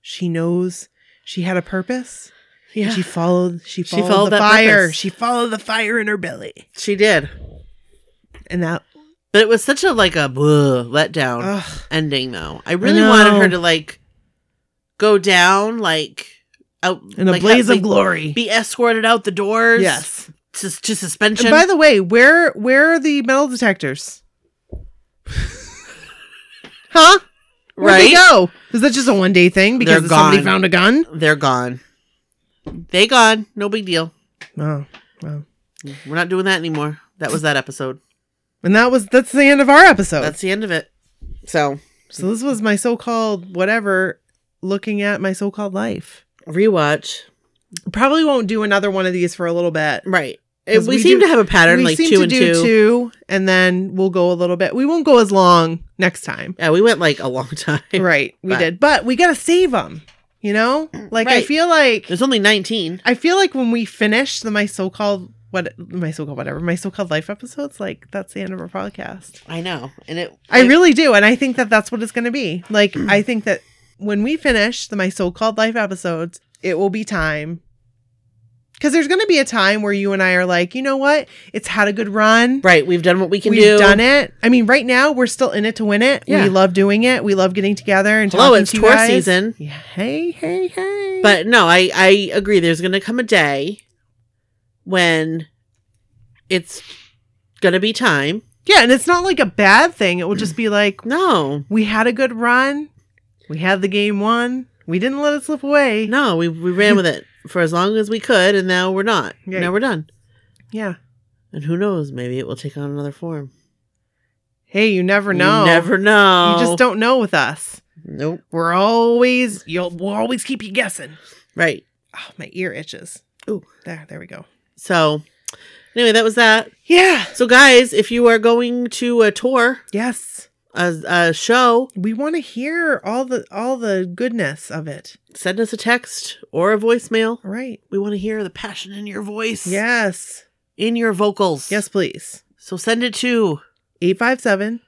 Speaker 3: She knows she had a purpose.
Speaker 2: Yeah,
Speaker 3: She
Speaker 2: she,
Speaker 3: followed. She
Speaker 2: She
Speaker 3: followed,
Speaker 2: followed
Speaker 3: the
Speaker 2: that
Speaker 3: fire.
Speaker 2: purpose.
Speaker 3: She followed the fire in her belly,
Speaker 2: did.
Speaker 3: and that.
Speaker 2: But it was such a like a bleh, letdown
Speaker 3: Ugh.
Speaker 2: ending though. I really
Speaker 3: know.
Speaker 2: wanted her to like go down like out
Speaker 3: In a
Speaker 2: like,
Speaker 3: blaze
Speaker 2: ha-
Speaker 3: of
Speaker 2: like,
Speaker 3: glory.
Speaker 2: be escorted out the doors.
Speaker 3: yes.
Speaker 2: to, to
Speaker 3: And
Speaker 2: suspension.
Speaker 3: by the way, where where are the metal [laughs] detectors? huh? Where'd
Speaker 2: right,
Speaker 3: they go? Is that just a one day thing because
Speaker 2: They're
Speaker 3: somebody
Speaker 2: gone.
Speaker 3: found a gun?
Speaker 2: they're gone. They gone. No big deal.
Speaker 3: Oh.
Speaker 2: We're not doing that anymore. That was
Speaker 3: [laughs]
Speaker 2: that episode.
Speaker 3: And that was that's the end of our episode.
Speaker 2: That's the end of it. So
Speaker 3: so this was my so called whatever looking at my so called life.
Speaker 2: rewatch.
Speaker 3: Probably won't do another one of these for a little bit.
Speaker 2: Right.
Speaker 3: 'Cause
Speaker 2: we,
Speaker 3: we
Speaker 2: seem
Speaker 3: do-
Speaker 2: to have a pattern
Speaker 3: we
Speaker 2: like
Speaker 3: seem
Speaker 2: two
Speaker 3: to
Speaker 2: and
Speaker 3: do
Speaker 2: two.
Speaker 3: two, and then we'll go a little bit. We won't go as long next time.
Speaker 2: Yeah, we went like a long [laughs] time.
Speaker 3: right, we
Speaker 2: But-
Speaker 3: did, but we gotta save them. You know, like I
Speaker 2: Right.
Speaker 3: feel like
Speaker 2: There's only 19.
Speaker 3: I feel like when we finished the my so called what my so called whatever my so called life episodes, like that's the end of our podcast.
Speaker 2: I know. And it
Speaker 3: I
Speaker 2: it-
Speaker 3: really do, and I think that that's what it's going to be. Like
Speaker 2: [clears throat]
Speaker 3: I think that when we finish the my so called life episodes, it will be time because there's going to be a time where you and I are like, you know what? It's had a good run.
Speaker 2: Right, we've done what we can
Speaker 3: We've
Speaker 2: do.
Speaker 3: done it. I mean, right now we're still in it to win it.
Speaker 2: Yeah.
Speaker 3: We love doing it. We love getting together and
Speaker 2: Hello,
Speaker 3: talking
Speaker 2: it's
Speaker 3: to you
Speaker 2: tour
Speaker 3: guys.
Speaker 2: season.
Speaker 3: Yeah, hey, hey, hey.
Speaker 2: But no, I I agree. There's gonna come a day when it's gonna be time.
Speaker 3: yeah, and it's not like a bad thing. It will just be like
Speaker 2: No,
Speaker 3: we had a good run. We had the game won. We didn't let it slip away.
Speaker 2: no, we we ran with it
Speaker 3: [laughs]
Speaker 2: for as long as we could, and now we're not.
Speaker 3: Yeah.
Speaker 2: Now we're done.
Speaker 3: Yeah.
Speaker 2: And who knows? Maybe it will take on another form.
Speaker 3: Hey, you never
Speaker 2: You
Speaker 3: know.
Speaker 2: never know.
Speaker 3: You just don't know with us.
Speaker 2: Nope.
Speaker 3: We're always you'll we'll always keep you guessing.
Speaker 2: Right.
Speaker 3: Oh, my ear itches.
Speaker 2: Ooh.
Speaker 3: There, there we go.
Speaker 2: So, anyway, that was that.
Speaker 3: Yeah.
Speaker 2: So, guys, if you are going to a tour,
Speaker 3: Yes.
Speaker 2: a, a show,
Speaker 3: We want to hear all the all the goodness of it.
Speaker 2: send us a text or a voicemail.
Speaker 3: All right.
Speaker 2: We want to hear the passion in your voice.
Speaker 3: Yes.
Speaker 2: In your vocals.
Speaker 3: Yes, please.
Speaker 2: So send it to
Speaker 3: 857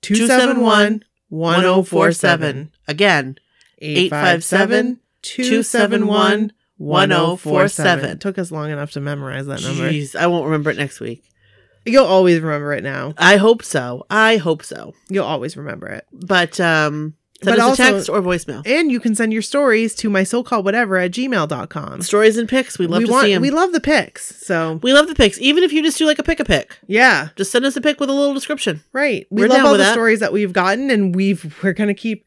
Speaker 3: 271
Speaker 2: 271 1047. Again,
Speaker 3: 857 271 1047. Took us long enough to memorize that number.
Speaker 2: jeez, I won't remember it next week.
Speaker 3: You'll always remember it now.
Speaker 2: I hope so. I hope so.
Speaker 3: You'll always remember it.
Speaker 2: But um Send
Speaker 3: but
Speaker 2: us
Speaker 3: also,
Speaker 2: a text or voicemail.
Speaker 3: and you can send your stories to my so called whatever at gmail.com.
Speaker 2: Stories and pics. We love
Speaker 3: we
Speaker 2: to
Speaker 3: want,
Speaker 2: see them.
Speaker 3: We
Speaker 2: We,
Speaker 3: love the pics. So,
Speaker 2: love the pics. Even if you just do like a pick a pic,
Speaker 3: yeah,
Speaker 2: just send us a pic with a little description.
Speaker 3: right. We
Speaker 2: We're
Speaker 3: love
Speaker 2: down
Speaker 3: all the
Speaker 2: with that.
Speaker 3: stories that we've gotten, and we've we're gonna keep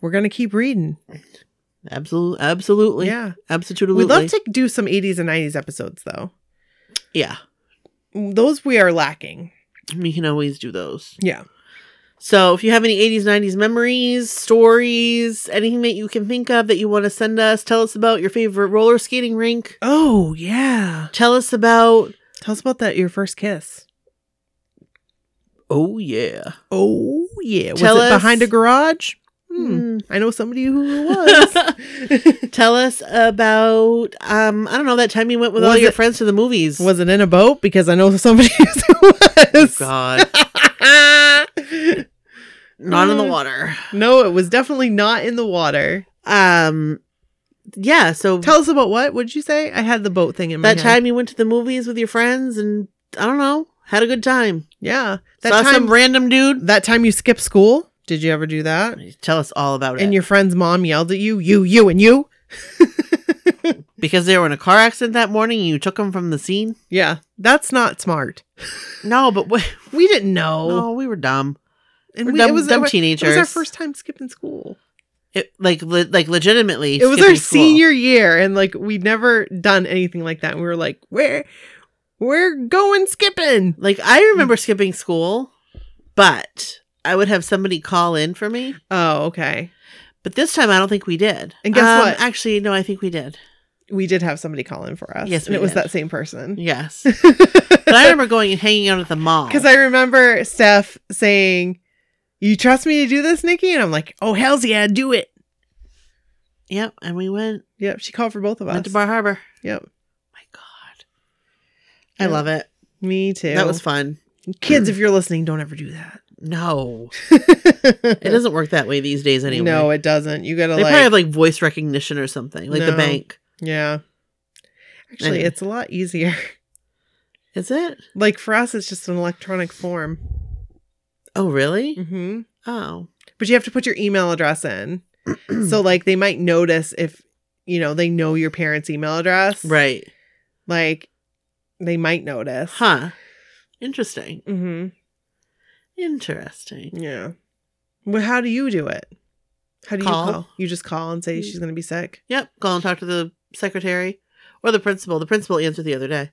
Speaker 3: we're gonna keep reading.
Speaker 2: Absolutely, absolutely,
Speaker 3: yeah,
Speaker 2: absolutely.
Speaker 3: we'd love to do some 80s and 90s episodes though.
Speaker 2: Yeah,
Speaker 3: Those we are lacking.
Speaker 2: we can always do those.
Speaker 3: Yeah,
Speaker 2: So if you have any 80s, 90s memories, stories, anything that you can think of that you want to send us, tell us about your favorite roller skating rink.
Speaker 3: Oh yeah.
Speaker 2: Tell us about
Speaker 3: Tell us about that your first kiss.
Speaker 2: oh yeah.
Speaker 3: Oh yeah. Was
Speaker 2: Tell
Speaker 3: it behind
Speaker 2: us-
Speaker 3: a garage? Hmm.
Speaker 2: Hmm.
Speaker 3: I know somebody who
Speaker 2: [laughs]
Speaker 3: it was.
Speaker 2: Tell us about um I don't know that time you went with
Speaker 3: Was
Speaker 2: all your
Speaker 3: it-
Speaker 2: friends to the movies.
Speaker 3: was it in a boat? Because I know somebody [laughs] who
Speaker 2: oh
Speaker 3: was.
Speaker 2: god, not in the water.
Speaker 3: [laughs] no, it was definitely not in the water.
Speaker 2: Um yeah, so
Speaker 3: Tell us about what? What'd you say? I had the boat thing in my
Speaker 2: that
Speaker 3: head.
Speaker 2: time you went to the movies with your friends and I don't know, had a good time.
Speaker 3: Yeah, that
Speaker 2: That Saw
Speaker 3: time.
Speaker 2: some random dude.
Speaker 3: that time you skipped school. Did you ever do that?
Speaker 2: Tell us all about it.
Speaker 3: And your friend's mom yelled at you, you, you, and you.
Speaker 2: because they were in a car accident that morning and you took them from the scene?
Speaker 3: Yeah, that's not smart.
Speaker 2: No, but we,
Speaker 3: We didn't know.
Speaker 2: no, we were dumb.
Speaker 3: and
Speaker 2: We're
Speaker 3: we,
Speaker 2: dumb,
Speaker 3: it was
Speaker 2: dumb
Speaker 3: it was-
Speaker 2: teenagers.
Speaker 3: It was our first time skipping school.
Speaker 2: It- like, le- like legitimately.
Speaker 3: It was
Speaker 2: skipping
Speaker 3: our
Speaker 2: school.
Speaker 3: senior year, and like we'd never done anything like that. And we were like, "We're we're going skipping."
Speaker 2: Like I remember skipping school, but I would have somebody call in for me.
Speaker 3: Oh, okay.
Speaker 2: But this time I don't think we did. Um,
Speaker 3: And guess what?
Speaker 2: Actually, no, I think we did.
Speaker 3: We did have somebody call in for us.
Speaker 2: Yes,
Speaker 3: and
Speaker 2: we
Speaker 3: it was
Speaker 2: did.
Speaker 3: that same [laughs] person.
Speaker 2: Yes. [laughs] But I
Speaker 3: Because
Speaker 2: remember going and hanging out at the mall.
Speaker 3: I remember Steph saying, "You trust me to do this, Nikki?" And I'm like, "Oh hell's yeah, do it."
Speaker 2: Yep, and we went
Speaker 3: Yep, she called for both of us.
Speaker 2: went to Bar Harbor.
Speaker 3: Yep,
Speaker 2: My God. I
Speaker 3: Yeah.
Speaker 2: love it.
Speaker 3: me too.
Speaker 2: That was fun.
Speaker 3: Kids, if you're listening, don't ever do that. [laughs]
Speaker 2: No. It doesn't work that way these days anyway.
Speaker 3: No, it doesn't. You gotta
Speaker 2: They
Speaker 3: like,
Speaker 2: probably have like voice recognition or something, like the
Speaker 3: No.
Speaker 2: bank.
Speaker 3: yeah. Actually,
Speaker 2: Anyway.
Speaker 3: it's a lot easier. [laughs]
Speaker 2: Is it?
Speaker 3: like for us, it's just an electronic form.
Speaker 2: Oh, really?
Speaker 3: hmm
Speaker 2: Oh.
Speaker 3: But you have to put your email address
Speaker 2: [clears throat]
Speaker 3: in. so like they might notice if you know they know your parents' email address.
Speaker 2: Right.
Speaker 3: Like they might notice.
Speaker 2: Huh. Interesting.
Speaker 3: hmm
Speaker 2: Interesting.
Speaker 3: Yeah. Well, how do you do it? How do
Speaker 2: Call. Mm.
Speaker 3: you call? You just call and say she's gonna be sick.
Speaker 2: Yep. Call and talk to the secretary or the principal. The principal answered the other day.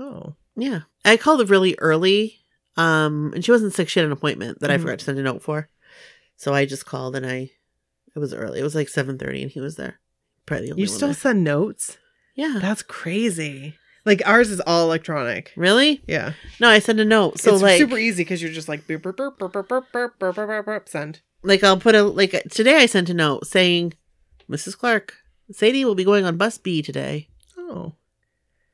Speaker 3: Oh.
Speaker 2: Yeah. I called really early. Um, and she wasn't sick. She had an appointment that I
Speaker 3: Mhm.
Speaker 2: forgot to send a note for. So I just called and I it was early. It was like seven thirty and he was there. Probably the only
Speaker 3: You
Speaker 2: one
Speaker 3: still
Speaker 2: there.
Speaker 3: send notes?
Speaker 2: Yeah.
Speaker 3: That's crazy. Like ours is all electronic.
Speaker 2: Really?
Speaker 3: Yeah.
Speaker 2: No, I sent a note. So
Speaker 3: it's
Speaker 2: like
Speaker 3: super e-, easy because you're just like burp, burp, burp, burp, burp, burp, burp, burp, burp, burp, send.
Speaker 2: like I'll put a like today I sent a note saying, Mrs. Clark, Sadie will be going on bus B today,
Speaker 3: Oh.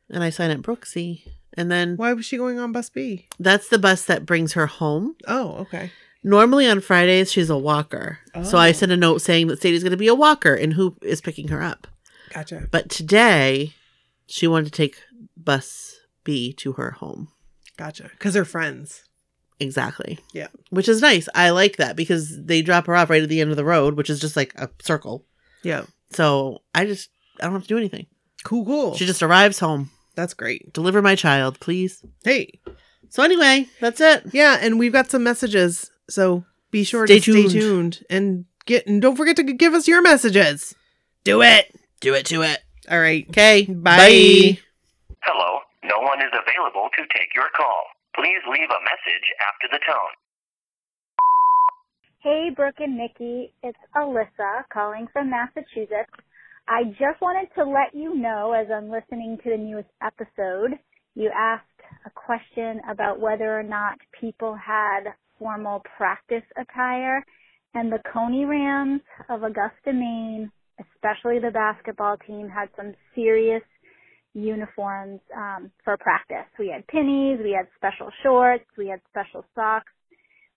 Speaker 2: and I sign at Brooksy, and then
Speaker 3: Why was she going on bus B?
Speaker 2: that's the bus that brings her home.
Speaker 3: Oh, okay.
Speaker 2: Normally on Fridays she's a walker, so I
Speaker 3: Oh.
Speaker 2: sent a note saying that Sadie's going to be a walker and who is picking her up.
Speaker 3: Gotcha.
Speaker 2: But today she wanted to take bus B to her home.
Speaker 3: Gotcha. Because they're friends.
Speaker 2: Exactly.
Speaker 3: Yeah.
Speaker 2: Which is nice. I like that because they drop her off right at the end of the road, which is just like a circle.
Speaker 3: Yeah.
Speaker 2: So I just I don't have to do anything.
Speaker 3: Cool, cool.
Speaker 2: She just arrives home.
Speaker 3: That's great.
Speaker 2: Deliver my child, please.
Speaker 3: Hey.
Speaker 2: So anyway, that's it.
Speaker 3: Yeah, and we've got some messages. So be sure
Speaker 2: Stay
Speaker 3: to
Speaker 2: tuned.
Speaker 3: stay tuned and get and don't forget to give us your messages. Do it.
Speaker 2: Do it to it.
Speaker 3: All right.
Speaker 2: Okay.
Speaker 3: Bye.
Speaker 5: Hello, no one is available to take your call. Please leave a message after the tone.
Speaker 6: Hey, Brooke and Nikki, it's Alyssa calling from Massachusetts. I just wanted to let you know as I'm listening to the newest episode, you asked a question about whether or not people had formal practice attire, and the Coney Rams of Augusta, Maine, especially the basketball team, had some serious uniforms um, for practice. We had pennies, we had special shorts, we had special socks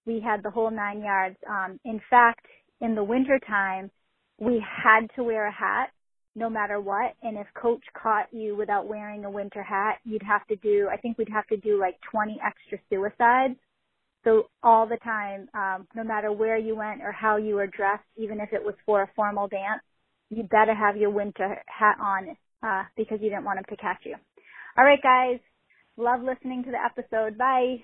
Speaker 6: we had the whole nine yards. Um, in fact, in the wintertime, we had to wear a hat no matter what. And if coach caught you without wearing a winter hat, you'd have to do, I think we'd have to do like 20 extra suicides.
Speaker 7: So all the time, um, no matter where you went or how you were dressed, even if it was for a formal dance, you better have your winter hat on uh, because you didn't want them to catch you. All right, guys. Love listening to the episode. Bye.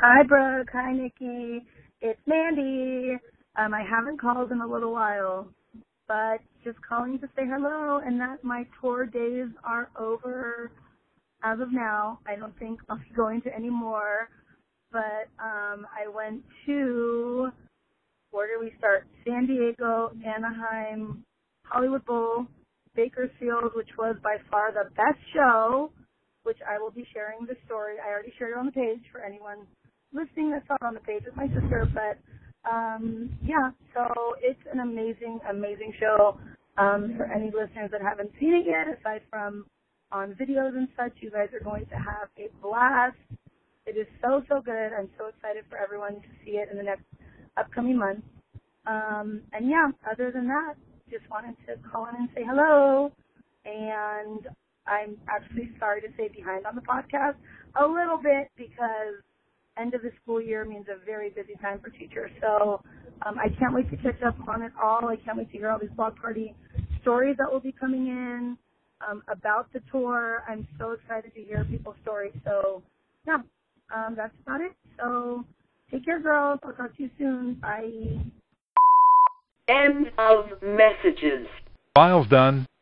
Speaker 6: Hi, Brooke. Hi, Nikki. It's Mandy. Um, I haven't called in a little while, but just calling to say hello and that my tour days are over as of now. I don't think I'll be going to any more, but um, I went to, where do we start? San Diego, Anaheim, Hollywood Bowl, Bakersfield, which was by far the best show which I will be sharing the story. I already shared it on the page for anyone listening that's not on the page with my sister, but um, yeah, so it's an amazing, amazing show. Um, for any listeners that haven't seen it yet, aside from on videos and such, you guys are going to have a blast. It is so, so good. I'm so excited for everyone to see it in the next upcoming month. Um, and yeah, other than that, just wanted to call in and say hello. And I'm actually sorry to say behind on the podcast a little bit because end of the school year means a very busy time for teachers. So um, I can't wait to catch up on it all. I can't wait to hear all these blog party stories that will be coming in um, about the tour. I'm so excited to hear people's stories. So yeah, um, that's about it. So take care, girls. I'll talk to you soon. Bye.
Speaker 8: End of messages.
Speaker 4: Files done.